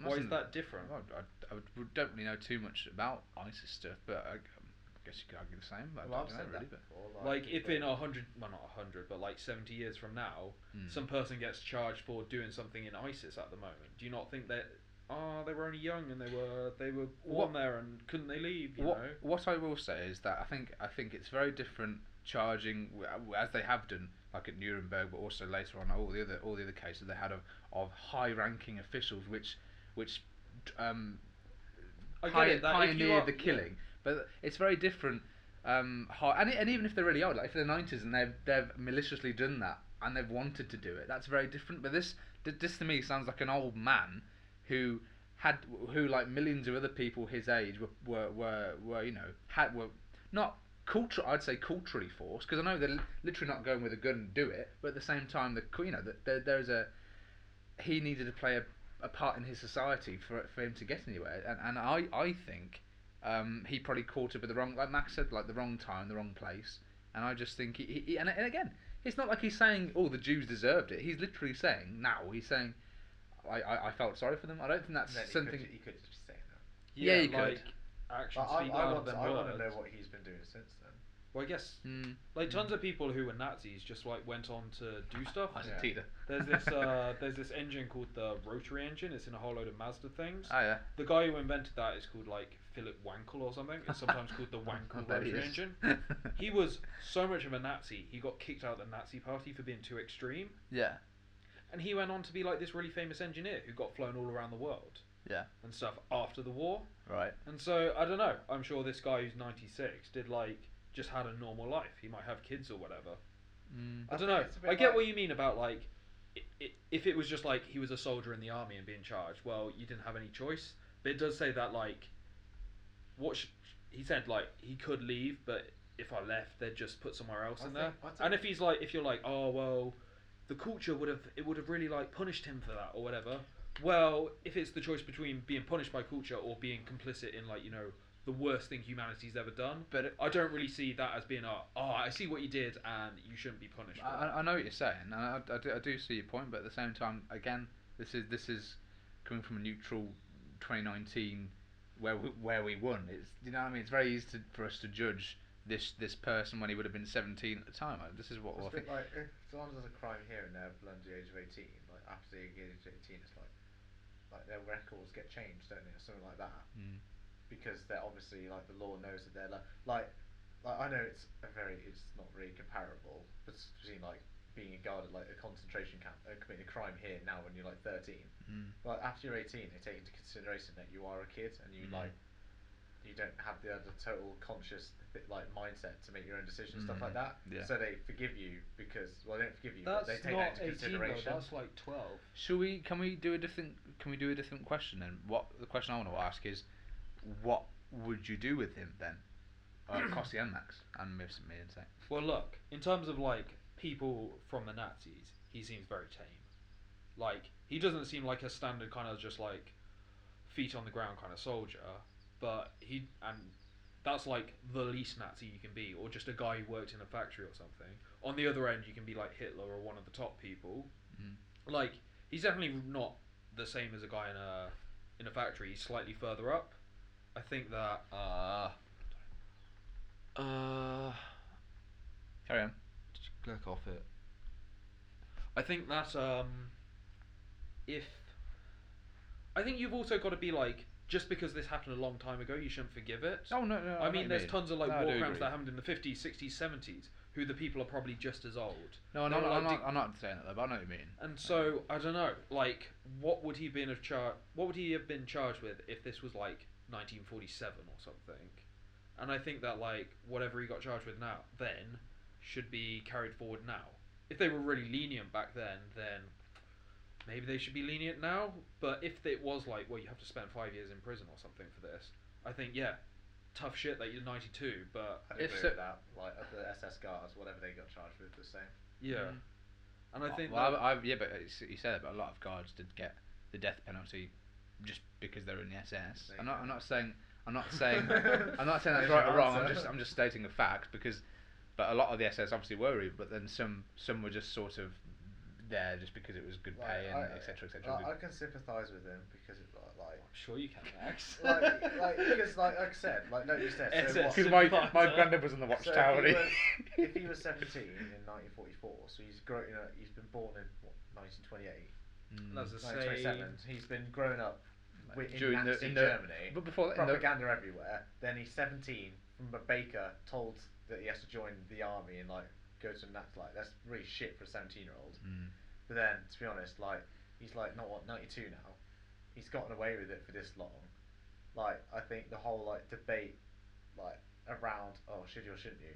why is
mustn't-
that different?
Well, I, I would- don't really know too much about ISIS stuff, but I, I guess you could argue the same. But
well,
I
I've
don't
said
know really.
that
But
before,
Like, if in
but-
a hundred, well, not a hundred, but like seventy years from now,
Mm.
some person gets charged for doing something in ISIS at the moment, do you not think that? Ah, they were only young and they were they were born
What-
there and couldn't they leave? You
what,
know.
what I will say is that I think I think it's very different charging w- as they have done like at Nuremberg, but also later on all the other all the other cases they had of, of high-ranking officials which which um,
I get
pi-
it, that if you
pioneered
are-
the
yeah.
killing. But it's very different. Um, hi- and, e- and even if they really are, like if they're nineties and they've they've maliciously done that and they've wanted to do it, that's very different. But this th- this to me sounds like an old man who had who like millions of other people his age were were were, were you know had were not cultural. I'd say culturally forced because I know they're li- literally not going with a gun and do it. But at the same time, the cu- you know that there, there's a he needed to play a, a part in his society for for him to get anywhere. And and I I think um, he probably caught up at the wrong like Max said like the wrong time, the wrong place. And I just think he, he, he and, and again, it's not like he's saying oh the Jews deserved it. He's literally saying now he's saying. I, I, I felt sorry for them. I don't think that's
Then he
something.
Could, he could just be saying that.
Yeah, you
like,
could.
Actions
But I,
speak
I,
louder
want to,
than
I want to
words.
know what he's been doing since then.
Well, I guess
Mm.
like tons of people who were Nazis just like went on to do stuff.
I said
Yeah.
Tita.
There's
(laughs)
this uh, there's this engine called the rotary engine. It's in a whole load of Mazda things.
Oh yeah.
The guy who invented that is called like Philip Wankel or something. It's sometimes called the
(laughs) I
Wankel
bet he
rotary
is.
engine.
(laughs)
He was so much of a Nazi, he got kicked out of the Nazi party for being too extreme,
yeah.
and he went on to be like this really famous engineer who got flown all around the world
Yeah.
and stuff after the war.
Right.
And so I don't know. I'm sure this guy who's 96 did like just had a normal life. He might have kids or whatever.
Mm.
I
I
don't
think
know.
it's a
I
bit
get
like-
what you mean about like, i- i- if it was just like he was a soldier in the army and being charged, well, you didn't have any choice. But it does say that like, what sh he said like he could leave, but if I left, they'd just put somewhere else
I
in
think- I
there.
think-
And if he's like, if you're like, oh well, the culture would have it would have really like punished him for that or whatever. Well, if it's the choice between being punished by culture or being complicit in like you know the worst thing humanity's ever done,
But it-
I don't really see that as being a oh I see what you did and you shouldn't be punished. For
I, I- I know what you're saying, and I, I, do, I do see your point, but at the same time, again, this is this is coming from a neutral 2019 where we, where we won. It's you know what I mean. It's very easy to, for us to judge this this person when he would have been 17 at the time. I- This is what
It's
I
a
think.
bit like if someone does a crime here and they're below the age of eighteen, like after the age of eighteen, it's like like their records get changed, don't they, or something like that,
Mm.
because they're obviously like the law knows that they're like like, like I know it's a very it's not really comparable, but it's between like being a guard at like a concentration camp, uh, committing a crime here now when you're like 13.
mm.
But after you're 18, they take into consideration that you are a kid and you
Mm.
like you don't have the other total conscious th- like mindset to make your own decisions, stuff
Mhm.
like that.
Yeah.
So they forgive you because well, they don't forgive you,
That's
but they take
not
that into
18 though,
consideration.
that's like 12.
Should we? Can we do a different? Can we do a different question then? What the question I want to ask is, what would you do with him then? Uh, Costi and Max and Miss me and say,
Well, look, in terms of like people from the Nazis, he seems very tame. Like he doesn't seem like a standard kind of just like feet on the ground kind of soldier, but he and that's like the least Nazi you can be, or just a guy who worked in a factory or something. On the other end, you can be like Hitler or one of the top people.
Mhm.
Like he's definitely not the same as a guy in a in a factory. He's slightly further up. I think that uh,
Uh,
carry on.
just click off it.
I think that um, if I think you've also got to be like, just because this happened a long time ago, you shouldn't forgive it.
Oh no, no.
I mean, there's tons of like
No, I
war
do
crimes
agree.
that happened in the 50s, 60s, 70s, who the people are probably just as old.
No, I'm
They
not,
were, like,
I'm, not,
di-
I'm not saying that, though, but I know what you mean.
and so I don't know, like, what would he been of char- What would he have been charged with if this was like 1947 or something? And I think that like whatever he got charged with now, then should be carried forward now. If they were really lenient back then, then maybe they should be lenient now. But if it was like, well, you have to spend five years in prison or something for this, I think yeah, tough shit that you're 92, but
I
If
agree
so-
with that. Like uh, the SS guards, whatever they got charged with, the same.
yeah. And I think
Mm. Well,
that,
I, I, yeah, but it's, you said that, but a lot of guards did get the death penalty just because they're in the SS.
There
I'm
you
not.
go.
I'm not saying. I'm not
(laughs)
saying. I'm not saying that's
There's
right
your
or wrong. I'm
answer.
just. I'm just stating a fact because, but a lot of the SS obviously were, evil, but then some. Some were just sort of there just because it was good
Like,
pay
I-
and etc. etc.
Like,
(laughs)
I can sympathise with them because it, like- like
I'm sure you can, Max.
(laughs) like, like, because, like, like I said, like, no,
(laughs)
you said. So
SS.
what?
Because my
Sympathiser.
my granddad was on the
So
watchtower. and
if, he was,
he-
if
(laughs)
he was 17 in 1944, so he's grown, you know, he's been born in what, 1928,
Mm.
That's the same.
1927. He's been grown up wi- in
During the- in
Nazi
the-
Germany,
But before that, in the-
propaganda everywhere. Then he's 17 from a baker told that he has to join the army and like go to Nazi. Like that's really shit for a 17 year old.
Mm.
But then, to be honest, like he's like not what 92 now. He's gotten away with it for this long. Like I think the whole like debate, like around oh should you or shouldn't you,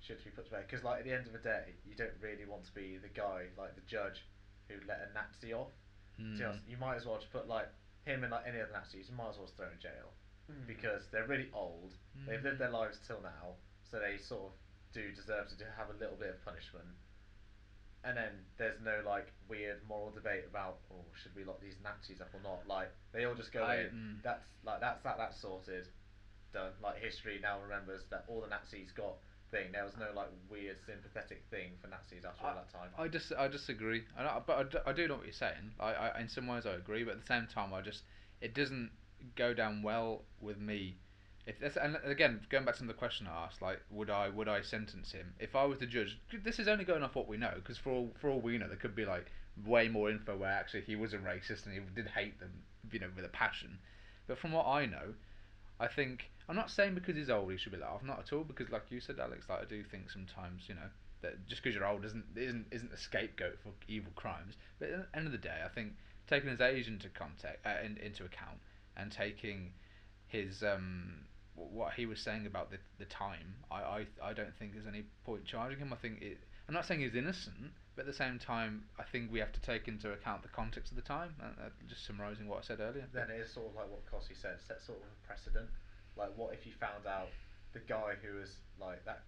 should be put to bed because like at the end of the day you don't really want to be the guy like the judge who let a Nazi off. To be
Mm.
honest, you might as well just put like him and like any other Nazis. You might as well just throw in jail Mm,
Mm.
because they're really old. They've lived their lives till now, so they sort of do deserve to do- have a little bit of punishment. And then there's no like weird moral debate about oh should we lock these Nazis up or not. Like they all just go
I-
in.
mm.
That's like that's that that's sorted, done. Like history now remembers that all the Nazis got thing. There was no like weird sympathetic thing for Nazis after all that time.
I just I disagree. I know, but I do, I do know what you're saying. I, I in some ways I agree, but at the same time I just it doesn't go down well with me. If that's, and again going back to the question I asked, like would I would I sentence him if I was the judge? This is only going off what we know because for all for all we know there could be like way more info where actually he was a racist and he did hate them, you know, with a passion. But from what I know, I think I'm not saying because he's old he should be let off, not at all. Because like you said, Alex, like I do think sometimes you know that just because you're old isn't isn't isn't a scapegoat for evil crimes. But at the end of the day, I think taking his age into context uh, in, into account and taking his um wh- what he was saying about the the time, I, I I don't think there's any point charging him. I think it. I'm not saying he's innocent, but at the same time, I think we have to take into account the context of the time. Uh, uh, just summarising what I said earlier.
then it is sort of like what Cossie said, set sort of a precedent. Like, what if you found out the guy who was like that,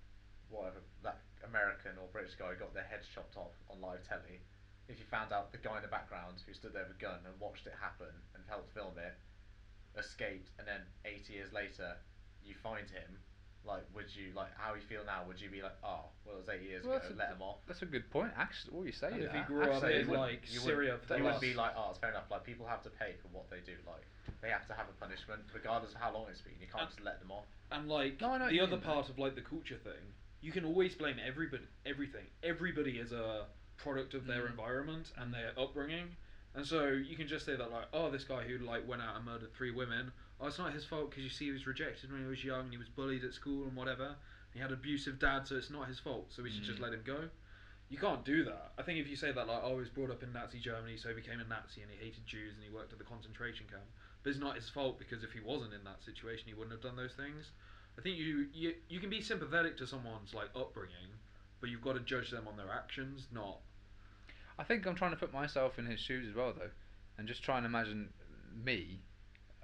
whatever, that American or British guy who got their head chopped off on live telly? If you found out the guy in the background who stood there with a gun and watched it happen and helped film it, escaped, and then 80 years later, you find him. Like, would you like how you feel now? Would you be like, oh, well, it was eight years
Well,
ago,
that's a-
let him off?
That's a good point. Actually, what you say.
And if he
there.
grew up
Actually,
in
it would-
like
you
Syria for
It
the
would
last
be like, oh, it's fair enough. Like people have to pay for what they do. Like they have to have a punishment, regardless of how long it's been. You can't
And-
just let them off.
And like
No, I know what
the
you
other
mean,
part of like the culture thing, you can always blame everybody, everything. Everybody is a product of their
Mm.
environment and their upbringing, and so you can just say that like, oh, this guy who like went out and murdered three women, oh, it's not his fault because you see he was rejected when he was young and he was bullied at school and whatever. And he had abusive dad, so it's not his fault. So we should just
Mm.
let him go. You can't do that. I think if you say that, like, oh, he was brought up in Nazi Germany, so he became a Nazi and he hated Jews and he worked at the concentration camp. But it's not his fault because if he wasn't in that situation, he wouldn't have done those things. I think you you, you can be sympathetic to someone's like upbringing, but you've got to judge them on their actions, not
I think I'm trying to put myself in his shoes as well, though, and just try and imagine me.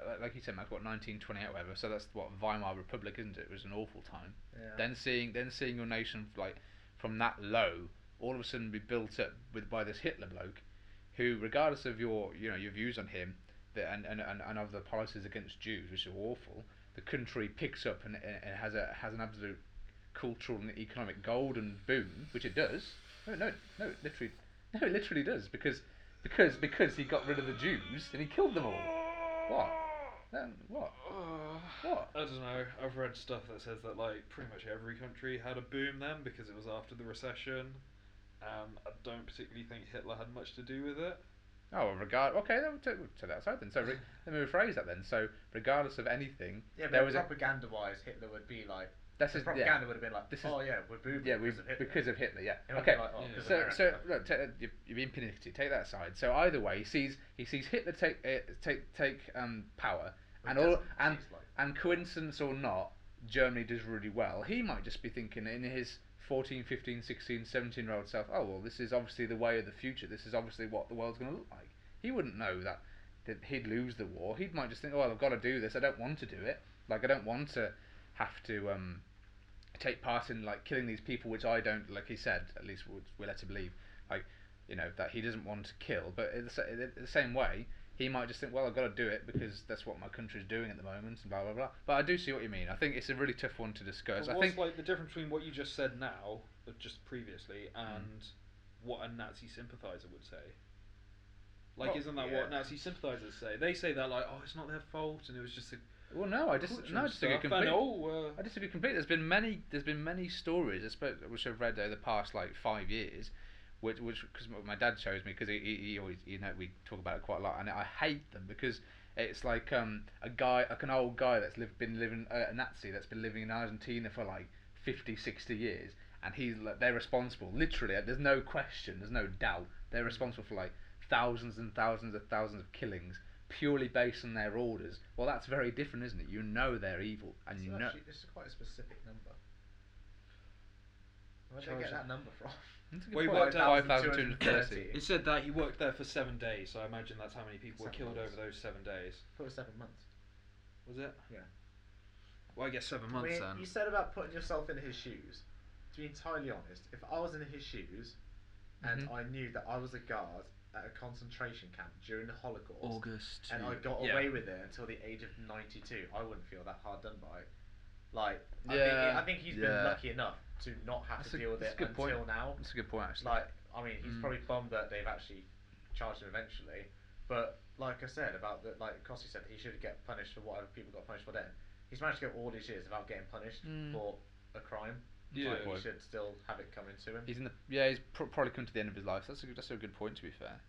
uh, Like you said, Mac, what 1928, or whatever. So that's what Weimar Republic, isn't it? It was an awful time.
Yeah.
Then seeing, then seeing your nation like from that low, all of a sudden be built up with by this Hitler bloke, who, regardless of your, you know, your views on him, the, and, and, and, and of the policies against Jews, which are awful, the country picks up and, and, and has a has an absolute cultural and economic golden boom, which it does. No, no, no, it literally, (laughs) no, it literally does because because because he got rid of the Jews and he killed them all. What? Um, what? What?
I don't know. I've read stuff that says that like pretty much every country had a boom then because it was after the recession. Um, I don't particularly think Hitler had much to do with it.
Oh, well, regard. Okay, then we'll take, we'll take that aside then. So
(laughs)
re- let me rephrase that then. So regardless of anything,
Yeah,
there
but
was a.
propaganda wise, Hitler would be like.
That's
the
his- yeah.
propaganda would have been like,
This is-
oh yeah, we're booming
Yeah, we
because of Hitler.
because of Hitler. Yeah.
It would be
Okay.
like, oh,
Yeah.
'cause of
So, so
America.
look, ta- uh, you've, you've been pinicky. Take that aside. So either way, he sees he sees Hitler take uh, take take um, power,
Well,
and
he
all
doesn't,
and
he's like-
and coincidence or not, Germany does really well. He might just be thinking in his 14, 15, 16, 17 year old self, oh well, this is obviously the way of the future. This is obviously what the world's going to look like. He wouldn't know that that he'd lose the war. He might just think, oh, well, I've got to do this. I don't want to do it. Like I don't want to have to. Um, take part in like killing these people, which I don't, like he said, at least we're, we're led to believe, like you know that he doesn't want to kill. But in the, sa- in the same way, he might just think, well, I've got to do it because that's what my country's doing at the moment, and blah blah blah. But I do see what you mean. I think it's a really tough one to discuss.
But
I
what's
think
like the difference between what you just said now, uh, just previously, and what a Nazi sympathiser would say? Like,
Well,
isn't that
yeah.
what Nazi sympathisers say? They say that like, oh, it's not their fault, and it was just a
well, no, I just
culture
no, I
and
just think
stuff, and oh,
I
uh,
disagree completely. There's been many. There's been many stories. I suppose which I've read over the past like five years, which which because my dad shows me because he, he, he always you know we talk about it quite a lot and I hate them because it's like um a guy like an old guy that's lived, been living uh, a Nazi that's been living in Argentina for like 50, 60 years and he's like they're responsible literally. Like, there's no question. There's no doubt. They're responsible for like thousands and thousands and thousands of killings. Purely based on their orders. Well, that's very different, isn't it? You know they're evil, and
It's
you know.
actually, it's quite a specific number. Where did they
Charles-
get that number from?
Wait,
Five
what, uh,
thousand two hundred thirty.
it said that he worked there for seven days. So I imagine that's how many people were
Seven
killed
days.
over those seven days.
For seven months.
Was it?
Yeah.
Well, I guess seven
I
months
mean,
then.
you said about putting yourself in his shoes. To be entirely honest, if I was in his shoes and
Mhm.
I knew that I was a guard at a concentration camp during the Holocaust
August.
and I
to-
got
yeah.
away with it until the age of 92, I wouldn't feel that hard done by. it. Like,
Yeah,
I, think he, I think he's
yeah.
been lucky enough to not have
That's
to
a-
deal with
that's
it
a good
until
point.
now.
That's a good point, actually.
Like, I mean, he's
Mm.
probably bummed that they've actually charged him eventually. But like I said about the like Costy said, he should get punished for whatever people got punished for then. He's managed to get all these years without getting punished
Mm.
for a crime.
Yeah.
Like, he
Point.
should still have it coming to him.
he's in the yeah. He's pro- probably come to the end of his life. That's a good, that's a good point to be fair.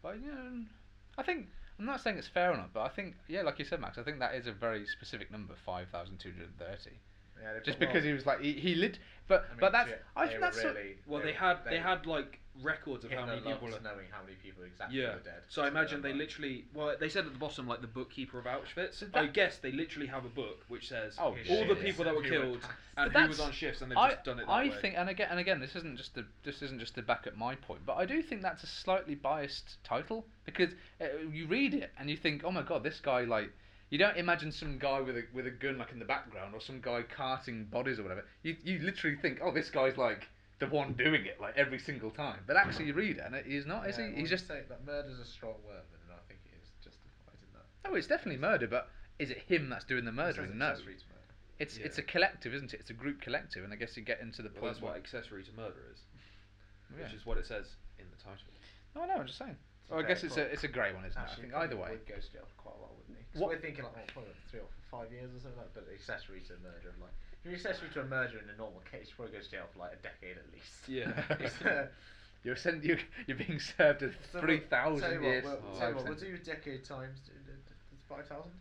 But yeah, um, I think I'm not saying it's fair or not, but I think yeah, like you said, Max, I think that is a very specific number, five thousand two hundred thirty.
Yeah, they've
Just
got-
because
well,
he was like he, he lit, but
I mean,
but that's
shit,
I
they
think
were
that's sort-
really-
well, they
were-
had they had like records of how
Hitler
many people.
loves
are-
knowing how many people exactly
Yeah.
were dead.
So I
they're
imagine they
like-
literally. Well, they said at the bottom like the bookkeeper of Auschwitz.
So
I
that-
guess they literally have a book which says
Oh,
all
shit.
the people that were
Who were
killed
tasked.
and
But
who was
that's-
on shifts, and they've
I,
just done it. That
I
way.
think, and again, and again, this isn't just to this isn't just to back up my point, but I do think that's a slightly biased title because uh, you read it and you think, oh my god, this guy like you don't imagine some guy with a with a gun like in the background or some guy carting bodies or whatever. You you literally think, oh, this guy's like the one doing it like every single time. But actually, you read it and he's not. is
Yeah,
he?
well,
He's
you
just
say that murder's a strong word, and I think it is justified in that.
no. oh, It's definitely murder, but is it him that's doing the
It says
murdering? No.
accessory to murder.
It's
Yeah.
it's a collective, isn't it? It's a group collective, and I guess you get into the
Well, that's
point.
what
where-
accessory to murder is,
Yeah.
which is what it says in the title.
No, I know. I'm just saying.
It's a
Well, I
grey
guess it's
pot.
a it's a grey one, isn't it? I
Actually,
think
probably
either way.
would go to jail for quite a while, wouldn't he? 'Cause
What-
we're thinking like oh, probably like three or five years or something like. But accessory to murder, like if you're accessory to a murder in a normal case, you probably go to jail for like a decade at
(laughs)
least. (laughs)
Yeah.
(laughs)
It's, uh,
You're sent. You you're being served a
so we'll-
three
tell you
thousand
what,
years.
We'll,
Oh,
tell you what,
(laughs)
we'll
sentence.
do decade times. d- d- d- It's five thousand.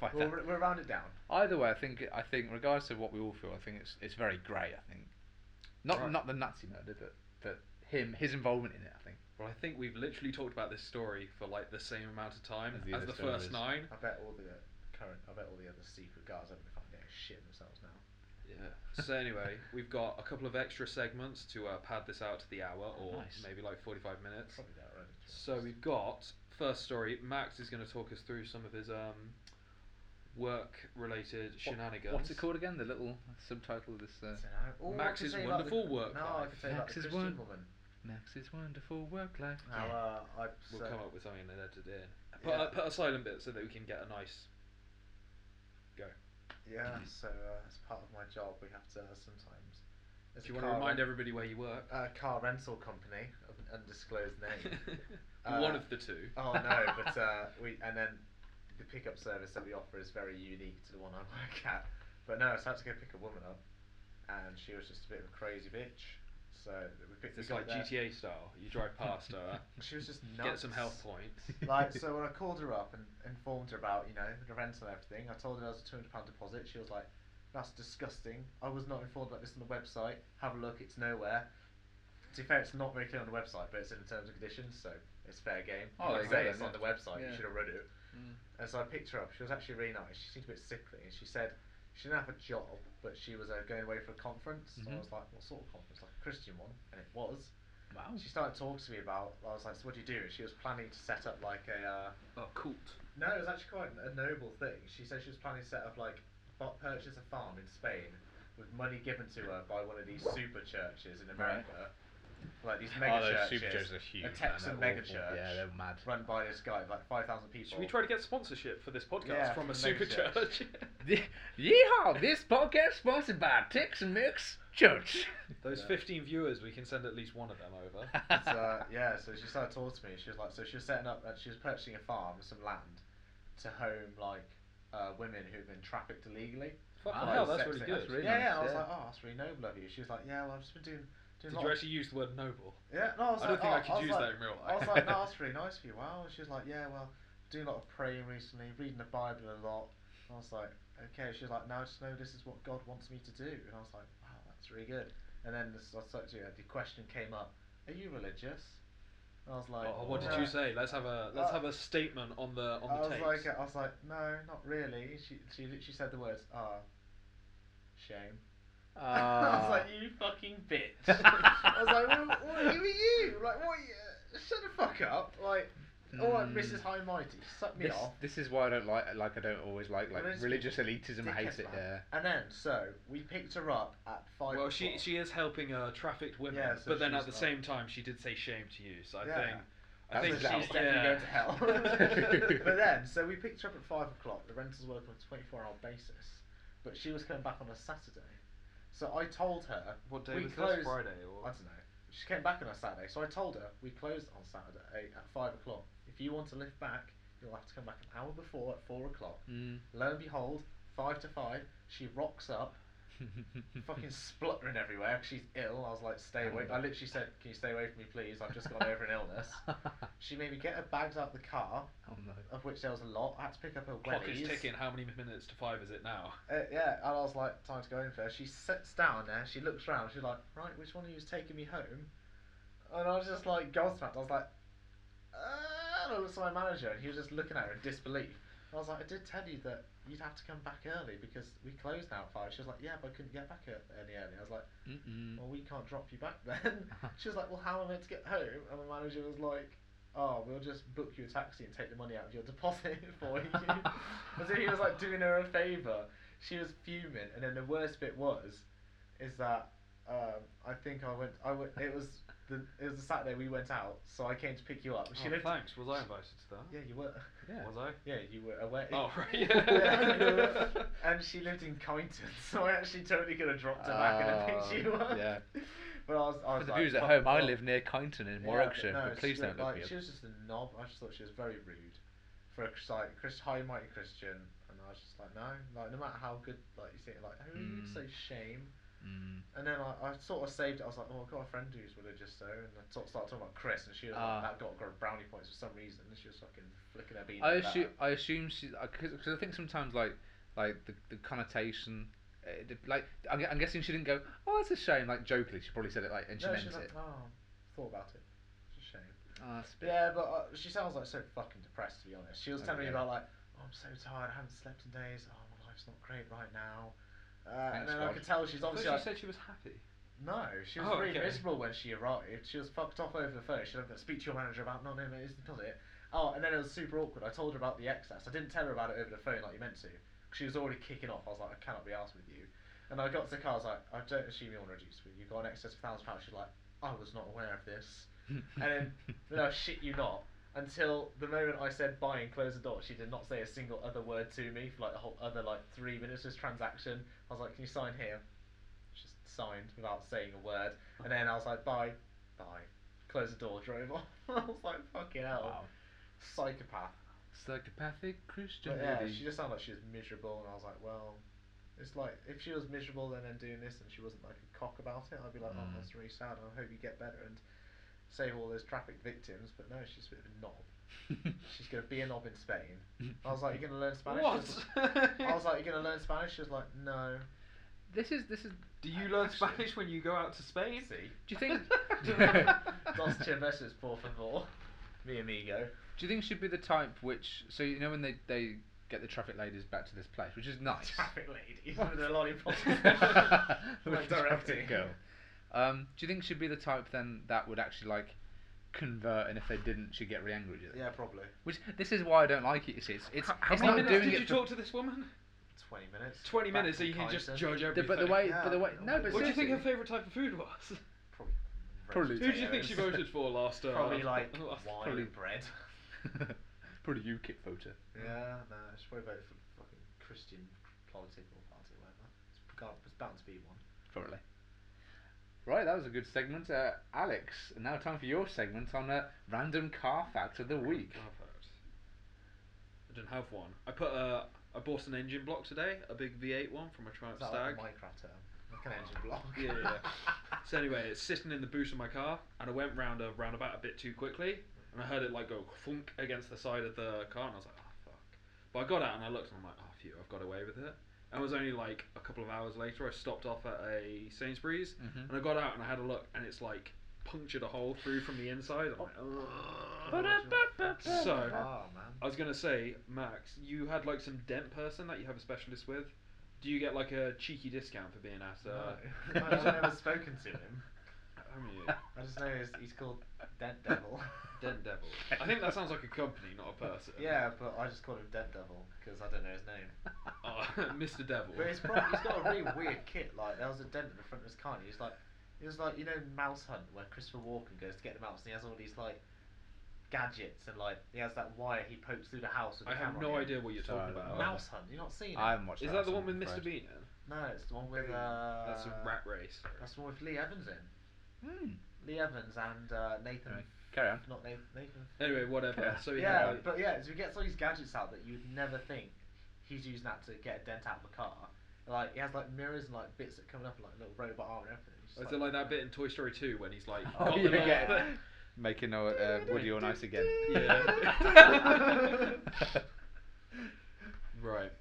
Five
We'll,
thousand.
we'll round it down.
Either way, I think I think regardless of what we all feel, I think it's it's very grey. I think. Not
Right.
not the Nazi murder, but that him his involvement in it. I think.
Well, I think we've literally talked about this story for like the same amount of time
As
as
the
the,
other
first
stories.
nine.
I bet all the current, I bet all the other secret guards are going to fucking get shit themselves now.
Yeah. (laughs) So anyway, we've got a couple of extra segments to uh, pad this out to the hour, or
Nice.
maybe like forty-five minutes.
Probably that already. to be
So
honest.
we've got first story. Max is going to talk us through some of his um, work-related shenanigans.
What's it called again? The little subtitle of this. Uh,
Dunno. Ooh, I
Max
could
is
tell you about
wonderful
the,
work.
No, I
life.
could tell you about
Max
the
is
Christian
one-
woman.
Max's wonderful work life.
How uh, I
We'll
so-
come up with something and edit it in. Put,
Yeah.
uh, put a silent bit so that we can get a nice.
Yeah, so uh, as part of my job, we have to uh, sometimes.
Do
there's
you
a
want to
car
remind
ren-
everybody where you work?
A car rental company, of an undisclosed name.
(laughs)
Uh,
One of the two.
oh no, but uh, we and then the pickup service that we offer is very unique to the one I work at. But no, so I had to go pick a woman up, and she was just a bit of a crazy bitch. So we picked
It's
we
like
got there.
GTA style. You drive past her,
(laughs) She was just nuts.
get some health points.
(laughs) like so when I called her up and informed her about you know the rental and everything, I told her there was a two hundred pound deposit. She was like, "That's disgusting. I was not informed about this on the website. Have a look. It's nowhere." To be fair, it's not very clear on the website, but it's in the terms and conditions, so it's fair game.
Oh, there you go
like I say,
then,
it's on
yeah.
the website.
Yeah.
You should have read it.
Mm.
And so I picked her up. She was actually really nice. She seemed a bit sickly, and she said she didn't have a job, but she was uh, going away for a conference. So I
Mhm.
was like, "What sort of conference? Like a Christian one?" And it was.
Wow.
She started talking to me about. I was like, "So what do you do?" And she was planning to set up like a. Uh,
Oh, cool.
no, it was actually quite a noble thing. She said she was planning to set up like bu- purchase a farm in Spain with money given to her by one of these super churches in
Right.
America, like these mega churches
are huge.
man, Texan they're mega awful. church.
Yeah,
Yeah,
they're
they're
mad.
run by this guy, like five thousand people.
Should we try to get sponsorship for this podcast
Yeah,
from a
from the
super
mega church.
church?
(laughs)
(laughs)
Yeehaw! This podcast sponsored by Texan Mix Church.
Those
Yeah.
15 viewers, we can send at least one of them over.
(laughs) But, uh, yeah, so she started talking to me. She was like, so she was setting up, uh, she was purchasing a farm, some land, to home like uh, women who've been trafficked illegally.
Fucking
Wow,
hell,
Like,
that's
sex
really
thing.
good.
really
yeah,
nice,
yeah. I was
yeah.
like, oh, that's really noble of you. She was like, yeah, well, I've just been doing. doing
Did
a lot
you
of
actually use the word noble?
Yeah, no, I was
I don't
like,
think
oh,
I could
was
use
like,
that in real
I was
life. (laughs)
like, no, that's really nice for you. Wow. And she was like, yeah, well, doing a lot of praying recently, reading the Bible a lot. And I was like, okay. She was like, now I just know this is what God wants me to do. And I was like, wow, that's really good. And then this, I started to, the question came up, are you religious? And I was like,
oh, what did you
"No."
say? Let's have a let's
Uh,
have a statement on the on the
I was
tapes.
like, I was like, no, not really. She she literally said the words, ah, shame.
Uh,
I was like, you fucking bitch. I was like, well, what, who are you? Like, what? Are you? Shut the fuck up! Like, all right,
Mm.
oh, Mrs. High Mighty, suck me
this,
off.
this is why I don't like like I don't always like like
Religious
religious elitism. I hate
Dickhead,
it.
man.
Yeah. (laughs)
And then, so we picked her up at five.
well, she
o'clock.
she is helping uh, trafficked women,
Yeah, so
but then at
she's
the
not-
same time, she did say shame to you. So I
Yeah.
think I
That's
think
a
she's
shout.
she's definitely
yeah.
going to hell.
(laughs)
(laughs) but then, so we picked her up at five o'clock. The rentals work on a twenty-four hour basis, but she was coming back on a Saturday. So I told her
What day
We
was
close-
this? Friday
I
or
don't know. She came back on a Saturday, so I told her we closed on Saturday at five o'clock. If you want to lift back, you'll have to come back an hour before at four o'clock.
Hmm.
Lo and behold, five to five, she rocks up,
Hmm.
fucking spluttering everywhere 'cause she's ill. I was like, stay away. I literally said, can you stay away from me, please? I've just got over an illness.
oh
She made me get her bags out of the car,
no.
of which there was a lot. I had to pick up her
clock is
wellies.
ticking? How many minutes to five is it now?
Uh, yeah, and I was like, time to go in first. She sits down there, she looks round, she's like, right, which one of you is taking me home? And I was just like, gobsmacked. I was like, uh, and I looked at my manager, and he was just looking at her in disbelief. And I was like, I did tell you that you'd have to come back early because we close now at five. She was like, yeah, but I couldn't get back ear- any early. I was like,
Mm-mm.
well, we can't drop you back then. she was like, well, how am I meant to get home? And my manager was like, oh, we'll just book you a taxi and take the money out of your deposit for you. As if he was like doing her a favour. She was fuming, and then the worst bit was, is that um, I think I went. I went. It was the it was the Saturday we went out, so I came to pick you up. She
Oh,
lived.
thanks. Was I invited to that?
Yeah, you were.
Yeah.
Was I?
Yeah, you were away.
Oh right.
(laughs) Yeah. And she lived in Kyneton, so I actually totally could have dropped her back and then
Ah,
picked you up.
yeah.
But I was. I
For
was
the
like,
viewers at
"Fuck,
home, I
fuck."
live near Kyneton in
Yeah,
Warwickshire,
no,
but please
she,
don't look
like,
me up.
She was just a knob. I just thought she was very rude for a Chris- like Chris high mighty Christian, and I was just like, no, like no matter how good, like you say, like who are you
Mm.
to say shame?
Mm.
And then I, I sort of saved it. I was like, oh, I've got a friend who's religious though, and I sort of started talking about Chris, and she was
Ah.
like, that got her brownie points for some reason, and she was fucking flicking her bean.
I
at that.
assume I assume she because I think sometimes like like the, the connotation uh, d- like I'm, gu- I'm guessing she didn't go. Oh, that's a shame. Like jokingly, she probably said it like and she
no,
meant
she's
it.
like, oh, thought about it. It's a shame.
Oh, that's a bit. (laughs)
Yeah, but uh, she sounds like so fucking depressed to be honest. She was telling me
Okay.
about like, oh, I'm so tired. I haven't slept in days. Oh, my life's not great right now. Uh, and
Thanks,
then I
God.
could tell she's obviously
she
like,
said she was happy.
no, she was
Oh,
really
okay.
miserable when she arrived. She was fucked off over the phone. She was like, speak to your manager about no, no, no, isn't does it? Oh, and then it was super awkward. I told her about the excess. I didn't tell her about it over the phone like you meant to. 'cause She was already kicking off. I was like, I cannot be asked with you. And I got to the car. I was like, I don't assume you want to reduce, but you got an excess of thousand pounds. She's like, I was not aware of this. (laughs)
(laughs)
and then, no, shit you not. Until the moment I said bye and close the door, she did not say a single other word to me for like the whole other like three minutes of this transaction. I was like, can you sign here? She just signed without saying a word. And then I was like, bye, bye. Closed the door, drove off. (laughs) I was like, fucking hell.
Wow.
Psychopath.
Psychopathic Christian
But yeah,
lady.
she just sounded like she was miserable, and I was like, well, it's like if she was miserable and then doing this, and she wasn't like a cock about it, I'd be like,
Mm.
oh, that's really sad, and I hope you get better and save all those traffic victims. But no, she's a bit of a knob. She's gonna be a knob in Spain. I was like, you're gonna learn Spanish. She was like- I was like, you're gonna learn Spanish. She was like, no.
this is this is.
Do you learn
Actually-
Spanish when you go out to Spain?
See, (laughs)
Do you (laughs) think?
dos cervezas, por favor. Mi amigo.
Do you think she'd be the type which? So you know when they they get the traffic ladies back to this place, which is nice.
Traffic ladies with
(laughs)
a lollipop.
With
like
the traffic
directing.
girl. Um, do you think she'd be the type then that would actually like convert, and if they didn't, she'd get really angry with it?
Yeah, probably.
Which this is why I don't like it. It's it's it's,
How
it's
many
not
minutes
doing
did
it.
you
for-
talk to this woman?
20 minutes.
20
Back
minutes so
from
you can just
Kyson.
judge
the-
everything.
but the way,
Yeah,
but the way, no, but
What do you think her
seriously,
favourite type of food was?
Probably.
Probably-
roast
Who do you think she
potatoes. (laughs)
voted for last? Uh, (laughs)
Probably like
last-
wine
probably-
(laughs)
and bread.
(laughs) probably UKIP voter.
Yeah, no, she probably voted for fucking Christian political party, whatever. It's, got, it's bound to be one.
Probably. Right, that was a good segment, uh, Alex. Now time for your segment on uh, random car fact of
(laughs)
the week.
Oh,
Perfect. I don't have one. I put
uh,
a. I bought an engine block today, a big V8 one from a Triumph
Is that
Stag.
like a Minecraft term? Like an engine block.
Yeah, yeah,
(laughs)
(laughs)
So anyway, it's sitting in the boot of my car, and I went round a roundabout a bit too quickly, and I heard it like go thunk against the side of the car, and I was like, oh fuck. But I got out and I looked, and I'm like, oh phew, I've got away with it. And it was only like a couple of hours later, I stopped off at a Sainsbury's,
Mhm.
and I got out and I had a look, and it's like punctured a hole through from the inside. I'm like, "Ugh." So-
Oh, man.
I was gonna say, Max, you had like some dent person that you have a specialist with. Do you get like a cheeky discount for being at?
(laughs)
Uh,
No. I've never spoken
(laughs)
to him.
I mean,
(laughs)
I just know he's, he's called Dent Devil.
Dent
(laughs)
Devil. I think that sounds like a company, not a person.
yeah, but I just call him Dent Devil because I don't know his name.
(laughs) Oh, (laughs) Mr. Devil.
But he's, probably, he's got a really weird kit. Like there was a dent in the front of his car. And he was like, it was like you know Mouse Hunt where Christopher Walken goes to get the mouse and he has all these like gadgets and like he has that wire he pokes through the house with the
(laughs) I have
camera
no
on it.
idea what you're
So,
talking about.
Mouse Hunt. You not seen it?
I haven't watched.
Is that the
so
one
I'm
with Mr.
afraid.
Bean in?
No, it's the one with uh,
That's a rat race.
That's the one with Lee Evans in.
Hmm.
Lee Evans and uh, Nathan.
Anyway, carry on.
Not Nathan. Nathan.
Anyway, whatever.
Yeah.
So he
yeah,
had,
but yeah, so he gets all these gadgets out that you'd never think he's using that to get a dent out of a car. Like he has like mirrors and like bits that come up and like little robot arm and everything. It's just,
Oh, is it like that bit in
(laughs)
Toy Story 2 when he's like,
Oh,
got
you
them all?
get it. Making uh, uh, Woody all nice again.
(laughs) Yeah. right?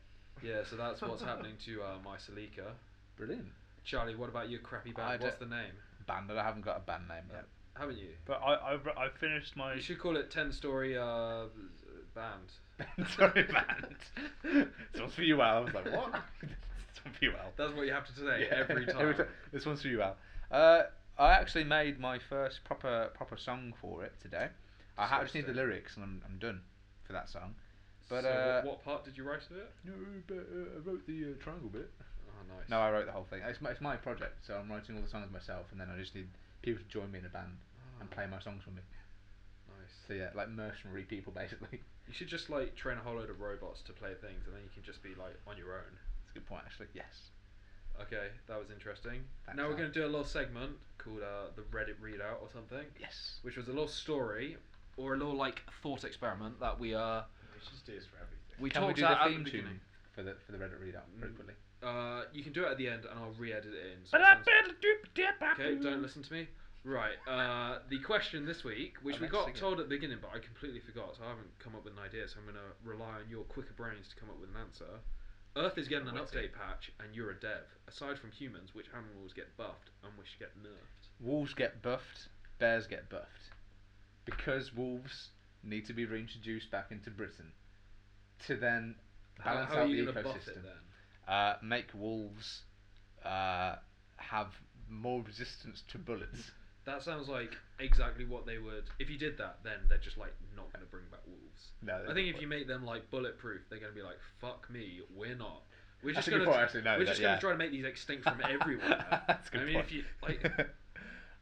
Yeah. So that's
(laughs)
what's happening to uh, my Salika.
(laughs) Brilliant.
Charlie, what about your crappy
I
band? What's the
don't-
name?
Band, but I haven't got a band name.
Yeah. Haven't you?
But I, I, I finished my.
You should call it Ten Story uh, Band.
(laughs) Band, Sorry, band. (laughs) this one's for you, Al. I was like, what? (laughs)
(laughs)
this one's for you, Al.
That's what you have to say
Yeah, (laughs)
every time.
This one's for you, Al. Uh, I actually made my first proper proper song for it today. I ha- I just need the
Disgusting.
lyrics, and I'm, I'm done for that song. But
so
uh,
what, what part did you write of it?
No, but uh, I wrote the uh, triangle bit.
Oh, nice.
No, I wrote the whole thing. It's my, it's my project, so I'm writing all the songs myself, and then I just need people to join me in a band and
Ah,
play my songs for me.
Nice.
So yeah, like mercenary people basically. (laughs)
You should just like train a whole load of robots to play things, and then you can just be like on your own.
That's a good point, actually. Yes.
Okay, that was interesting.
Thanks,
now we're
Al.
going to do a little segment called uh, the Reddit readout or something,
Yes.
which was a little story.
Or a little like thought experiment that we uh
we should just do this for everything.
we
Can
talked
we do the
about at
theme
the beginning.
tune for the for the Reddit readout pretty
Mm.
quickly?
Uh, you can do it at the end, and I'll re-edit it in. so it sounds- Okay, don't
Don't
listen to me. Right, uh, the question this week, which
I
we
meant to
got
sing it.
told at the beginning, but I completely forgot, so I haven't come up with an idea, so I'm going to rely on your quicker brains to come up with an answer. Earth is getting an
Wednesday.
update patch, and you're a dev. Aside from humans, which animals get buffed and which get nerfed?
Wolves get buffed, bears get buffed. Because wolves need to be reintroduced back into Britain to then
How-
balance
how are
out
you
the
gonna buff it
ecosystem.
then?
Uh, make wolves uh, have more resistance
(laughs)
to bullets.
That sounds like exactly what they would. If you did that, then they're just like not going to bring back wolves.
No,
I think if you make them like bulletproof, they're going to be like, "Fuck me, we're not." We're
I
just
think
going
you
to
probably actually know
we're
that,
just going
yeah.
to try to make these extinct from everywhere.
(laughs) That's a good
I mean,
point.
if you
(laughs)
like,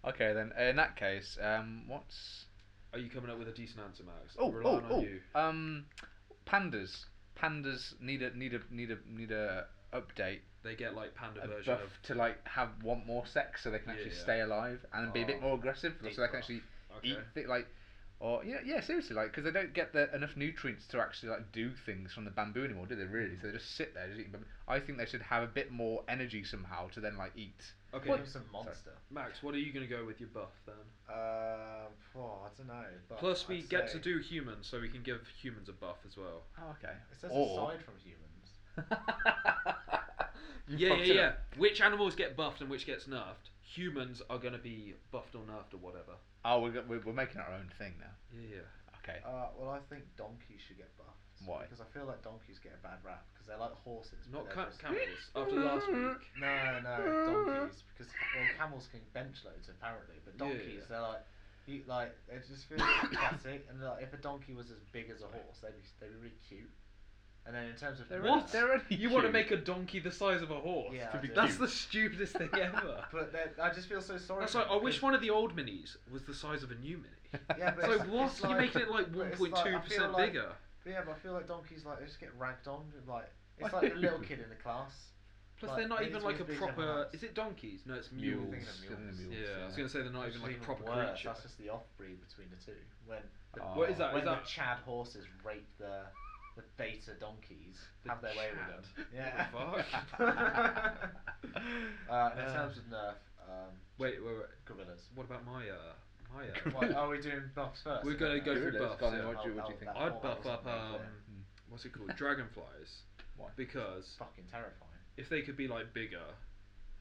okay, then in that case, um, what's
are you coming up with a decent answer, Max? I'm
oh oh
relying on
oh
you.
um, pandas. Pandas need a need a need a need a update
They get like panda
a
version
buff
of.
to like have want more sex so they can actually
Yeah.
stay alive and be a bit
Oh,
more aggressive so they
deep
can
buff.
actually
Okay.
eat thi- like or yeah yeah seriously like because they don't get the, enough nutrients to actually like do things from the bamboo anymore do they really so they just sit there just eating bamboo. I think they should have a bit more energy somehow to then like eat
Okay,
Give him some monster.
Max, what are you going to go with your buff then?
Um, oh, I don't know. But
Plus, we
I'd
get
say-
to do humans, so we can give humans a buff as well.
oh okay
It says
or
aside from humans.
You
yeah,
fucked
yeah,
it
yeah.
up.
Which animals get buffed and which gets nerfed? Humans are going to be buffed or nerfed or whatever.
oh we're, go- we're, we're making our own thing now
Yeah, yeah.
okay
Uh, well, I think donkeys should get buffed.
Why?
Because I feel like donkeys get a bad rap because they're like horses. but
Not
they're
ca-
just-
camels. After last week,
No, no, donkeys. Because well, camels can bench loads apparently,
Yeah,
but
yeah,
donkeys
yeah.
they're like, you, like it just feels classic. And like, if a donkey was as big as a horse, they'd be they'd be really cute. And then in terms of
They're
nerfs-
already- they're already
you want to
cute. (laughs)
make a donkey the size of a horse.
yeah,
to
I
be
do.
That's
Cute.
the stupidest thing ever.
(laughs) But they're- I just feel so sorry.
That's
for
like,
them
I wish
because-
one of the old minis was the size of a new mini.
Yeah, but
So
it's-
what?
it's
You're
like-
making it like
but it's
1.2
like- I feel
percent
like-
bigger.
But yeah, but I feel like donkeys like they just get ragged on. and, Like it's
Why
like
(laughs)
the
do?
little kid in the class.
Plus,
like,
they're not
they
even
need to
like
be
a
as big as everyone
proper.
else.
Is it donkeys? No, it's
(laughs) mules,
mules.
Thinking of mules.
mules,
Yeah, I was gonna say they're not
Which
even
is
like a proper
worse,
creature.
That's just the off-breed between the two. When the,
Oh.
What is that?
when
Is that
the Chad horses rape the the beta donkeys,
The
have their way
Chad?
with them. Yeah.
(laughs) What the
(laughs)
(laughs) uh, in
Uh.
terms of Nerf, um,
Wait, wait, wait.
gorillas.
What about my uh, my uh,
(laughs) Why, are we doing buffs first?
We're gonna go through
Gorillas,
buffs,
go on then,
yeah.
what do you, what do you think
I'll-
I'd
Oh,
buff
that
up
wasn't very
um,
clear.
what's it called? Dragonflies.
Hmm. Why?
Because
Fucking terrifying.
if they could be like bigger,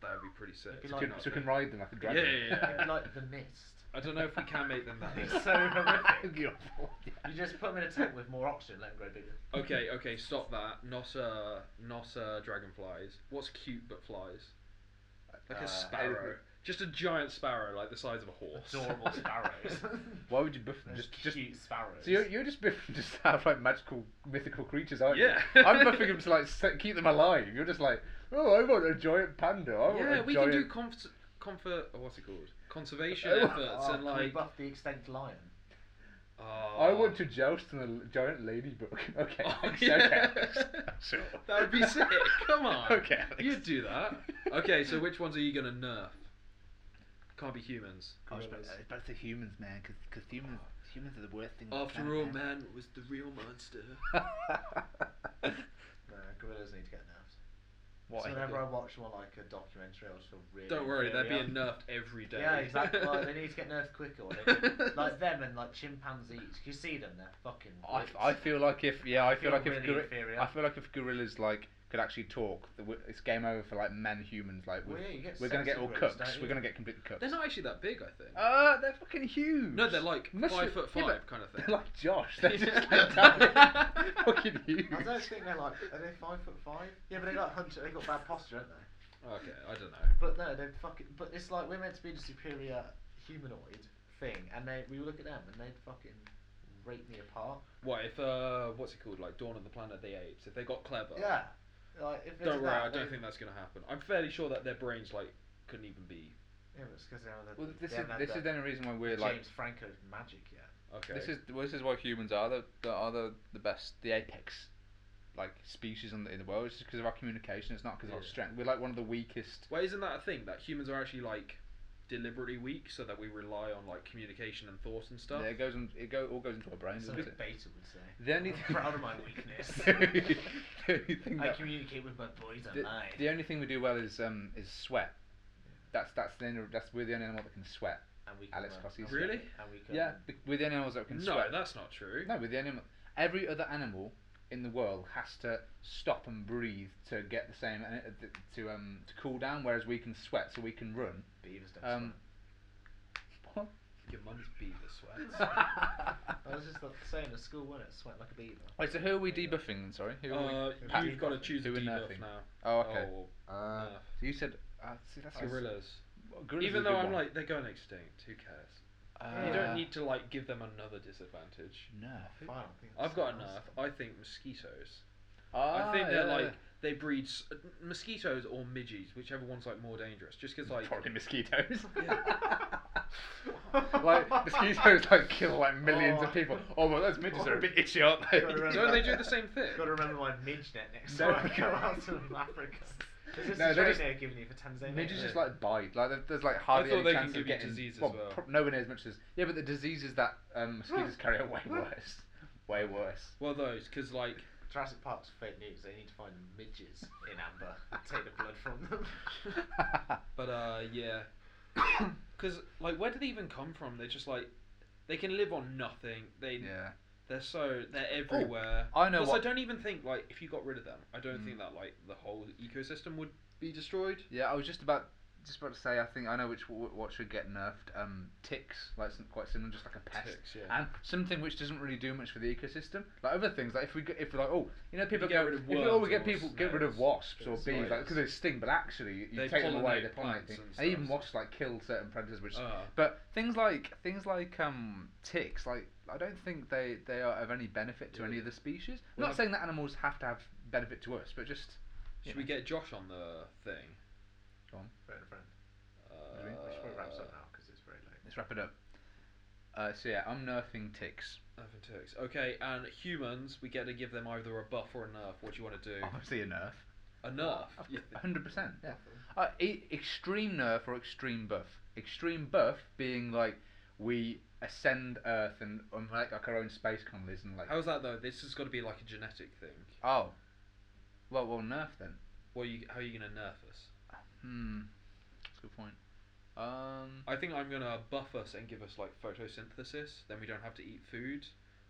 that would be pretty sick.
It'd be
It's
so
like-
we
good
can,
enough.
so we can ride them like a
yeah,
dragon
yeah, yeah.
(laughs)
It'd be (laughs) like the mist.
I don't know if we can make them that. big.
It's so horrific.
You're full, yeah.
You just put them in a tank with more oxygen, let them grow bigger.
(laughs) Okay, okay, stop that. Not uh, not uh, dragonflies. What's cute but flies? (laughs) Like
Uh,
a sparrow. Just a giant sparrow, like the size of a horse. (laughs)
(laughs)
Adorable sparrows.
Why would you buff them?
Those
Just, just
cute sparrows.
so you're, you're just buffing (laughs) just to have like magical mythical creatures, aren't
Yeah.
you? (laughs) I'm buffing them to like s- keep them alive. You're just like, oh, I want a giant panda. I want
yeah,
Oh, a
we can
giant...
do comfort, comfort. Oh, what's it called? Conservation
Oh,
efforts
Oh,
and
can we
like. oh.
buff the extinct lion.
I want
(laughs)
to joust on a l- giant ladybug. (laughs) Okay, Alex, okay, Alex. (laughs) sure.
Oh, That would be sick. Come on.
(laughs) Okay, Alex.
You'd do
(laughs)
that. Okay, so which ones are you gonna nerf? Can't be humans.
Gosh, but uh, it's the humans, man, because humans, humans are the worst thing. on the
After all,
planet, (laughs)
man was the real monster.
No, gorillas need to get nerfed.
Why?
So whenever I watch one like a documentary, I just feel really.
Don't worry, they're
inferior.
being nerfed every day.
Yeah, exactly.
(laughs)
like, they need to get nerfed quicker. or they need- like them and like chimpanzees. You see them, they're fucking.
I,
ripped.
I feel like if yeah I feel,
feel
like if
really
gori-
inferior.
I feel like if gorillas like could actually talk, the, w- it's game over for like men humans. Like
Well,
we've-
yeah, you get
we're gonna get
sexy
all
gorillas,
cooks. We're
don't you?
gonna get completely cooks.
They're not actually that big, I think.
Uh, they're fucking huge.
no, they're like
Mushroom-
five foot
yeah,
five
but
kind of thing.
They're (laughs) like Josh.
(laughs)
They're just like (laughs) tiny, fucking huge.
I don't think they're like. Are they five foot five? Yeah, but they like hunter. They got bad posture, aren't they?
okay, I don't know.
But no, they're fucking. But it's like we're meant to be the superior humanoid thing, and they we look at them and they fucking rake me apart.
What if uh, what's it called? Like Dawn of the Planet of the Apes. If they got clever.
Yeah. Like if they
Don't
did
worry,
that,
I don't
they-
think that's gonna happen. I'm fairly sure that their brains like couldn't even be.
Yeah, but it's because they haven't. had
Well,
the-
this
they
is
haven't had
this
the
is the only reason why we're
James
like
Franco's magic yet.
Okay.
this is well, this is why humans are the, the are the, the best the apex like species on the, in the world. It's just because of our communication. It's not because of our
Yeah.
strength. We're like one of the weakest.
Well, isn't that a thing that humans are actually like deliberately weak so that we rely on like communication and thought and stuff?
Yeah, it goes in, it go all goes into our brains, doesn't
Something
it?
Beta would say.
The
(laughs)
only
I'm
thing- (laughs)
proud of my weakness.
the only- the only thing
I
that-
communicate with my boys
the,
online.
the only thing we do well is um is sweat. That's that's the only, that's we're the only animal that can sweat.
and we
Alex
run.
Cossi's-
Really?
And we can
Yeah, the- we're the only animals that can
No,
sweat.
that's not true.
No, we're the only. Every other animal in the world has to stop and breathe to get the same and to um to cool down, whereas we can sweat so we can run.
Beavers don't
Um,
(laughs)
what?
Your mum's beaver
(laughs)
sweats.
sweat. That was just the same at school, wasn't it? Sweat like a beaver.
Wait, so who are we debuffing? then, Sorry, who
Uh,
are we?
Pat-
you've got to choose a
Who are
debuff
nerfing?
now.
Oh, okay.
Oh,
uh,
nerf.
so you said. Uh, see, that's a-
gorillas.
well, gorillas
Even
is a
though
good
I'm
one.
like, they're going extinct. Who cares?
uh,
you don't need to like give them another disadvantage.
nerf.
Fine, I think
I've got a
that's-
nerf. I think mosquitoes.
Ah,
I think they're
yeah.
like they breed s- uh, mosquitoes or midges, whichever one's like more dangerous. Just because like
probably mosquitoes. like mosquitoes like kill like millions
Oh.
of people. Oh well, those midges are a bit itchy, aren't they?
Gotta remember
don't they do
that.
the same thing?
Got to remember my midge net next
No.
time I go out to (laughs) Africa. Is this
No, they're
the trade
just-
they're giving you for Tanzania?
Midges just like bite. Like there- there's like hardly
thought
any
they can
chance
give
of
you
getting
disease as
well,
well.
pro- nowhere near as much as yeah, but the diseases that um, mosquitoes carry are way worse. Way worse.
well, those because like
Jurassic Park's fake news. They need to find midges in amber and take the blood from
(laughs)
them.
But uh, yeah, (coughs) because like, where do they even come from? They're just like, they can live on nothing. They
yeah. Oh,
they're so they're everywhere.
I know
Plus,
what- Mm.
I don't even think like if you got rid of them, I don't think that like the whole ecosystem would be destroyed.
Yeah, I was just about just about to say. I think I know which wh- what should get nerfed. Um, ticks, like some, quite similar, just like a pest,
Ticks, yeah.
and something which doesn't really do much for the ecosystem. Like other things, like if we get, if we're like, oh, you know, people
get
go,
rid of
if we, oh, we
worms
get
or
people get rid of
snails
wasps
or
or bees, like
spiders.
because they sting, but actually you, you
They
take them away,
pollinate
they pollinate
plants
things,
and
and even
stuff.
wasps like kill certain predators, which.
Ah.
But things like things like um ticks, like I don't think they they are of any benefit to any of the species. I'm
Well,
not
I've-
saying that animals have to have benefit to us, but just
Should we get Josh on the thing?
go on.
Friend, friend.
Uh,
Maybe.
We should probably wrap this up now because it's very late.
Let's wrap it up. Uh, so yeah, I'm nerfing ticks.
Nothing ticks. Okay, and humans, we get to give them either a buff or a nerf. What do you want to do?
Oh.
Obviously a nerf.
A
(laughs)
nerf. Oh. Yeah.
Hundred percent. Yeah. Uh, e- extreme nerf or extreme buff. Extreme buff being like we ascend Earth and um, like, like our own space colonies and like.
How's that though? This has got to be like a genetic thing.
Oh. Well, well, nerf then.
What are you, how are you gonna nerf us?
Hmm. That's a good point. Um.
I think I'm gonna buff us and give us like photosynthesis. Then we don't have to eat food.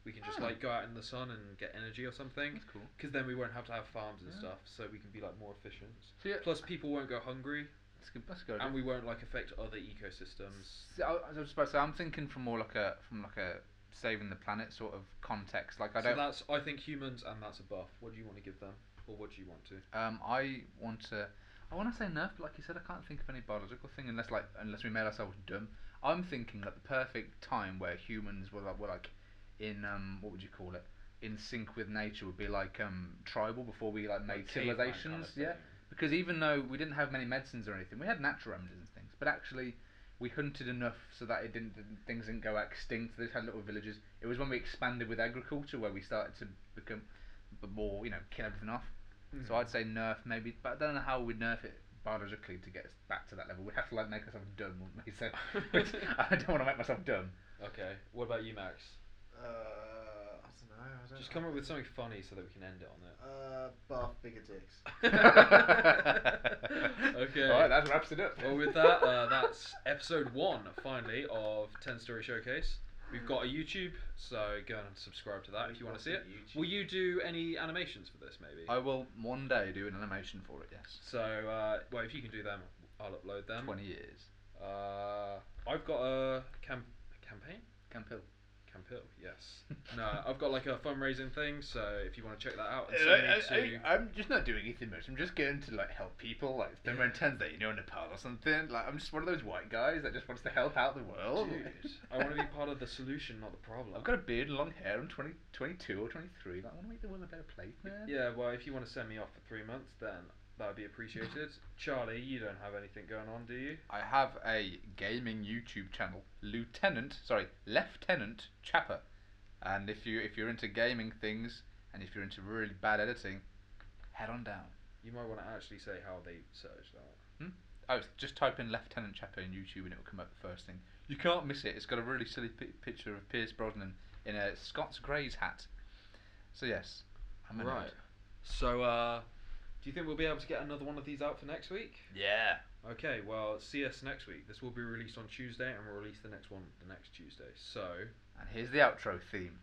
We can
Ah.
just
Oh.
like go out in the sun and get energy or something.
That's cool.
Because then we won't have to have farms and
Yeah.
stuff, so we can be like more efficient.
So yeah,
Plus, people won't go hungry,
that's good. That's good.
and we won't like affect other ecosystems.
So, I I was just about to say I'm thinking from more like a from like a saving the planet sort of context. Like I
so
don't.
that's I think humans, and that's a buff. What do you want to give them, or what do you want to?
Um, I want to. I want to say nerf, but like you said, I can't think of any biological thing unless like unless we made ourselves dumb. I'm thinking like the perfect time where humans were like were like in um what would you call it in sync with nature would be like um tribal before we like made
Like caveman kind of
civilizations.
thing.
yeah, because even though we didn't have many medicines or anything, we had natural remedies and things, but actually. We hunted enough so that it didn't didn't- things didn't go extinct. They just had little villages. It was when we expanded with agriculture where we started to become b- more, you know, kill everything off.
Hmm.
So I'd say nerf maybe, but I don't know how we'd nerf it biologically to get us back to that level. We'd have to like make ourselves dumb, wouldn't we? (laughs) So which, I don't want to make myself dumb. (laughs)
Okay. What about you, Max?
Uh, I don't know. I don't
Just come up with something funny so that we can end it on it.
Uh, buff bigger dicks.
Okay.
All right, that wraps it up.
well, with that, uh, that's episode one, finally, of 10 Story Showcase. We've got a YouTube, so go and subscribe to that if you want to see it. Will you do any animations for this, maybe?
I will one day do an animation for it. Yes,
So, uh, well, if you can do them, I'll upload them.
twenty years.
Uh, I've got a cam- campaign?
Camp Hill.
Camp Hill, yes. (laughs) no, I've got like a fundraising thing, so if you want to check that
Uh,
out, and send me to...
am just not doing anything much. I'm just going to like help people, like
them around
Tanzania you know, Nepal or something. Like I'm just one of those white guys that just wants to help out the world.
Dude, I want to be part of the solution, not the problem.
(laughs) I've got a beard and long hair. I'm 20, 22 or 23. Like, I want to make the world a better place,
(laughs)
man.
Yeah, well, if you want to send me off for three months, then that would be appreciated. Charlie, you don't have anything going on, do you?
I have a gaming YouTube channel, Lieutenant, sorry, Lieutenant Chapper. And if you if you're into gaming things and if you're into really bad editing, head on down.
You might want to actually say how they search that.
Oh, it's- just type in Lieutenant Chapper in YouTube and it will come up the first thing. You can't miss it. It's got a really silly pi picture of Pierce Brosnan in a Scots Greys hat. So yes, I'm a nerd.
Right. So, uh, do you think we'll be able to get another one of these out for next week?
Yeah.
Okay, well, see us next week. This will be released on Tuesday, and we'll release the next one the next Tuesday. So.
And here's the outro theme.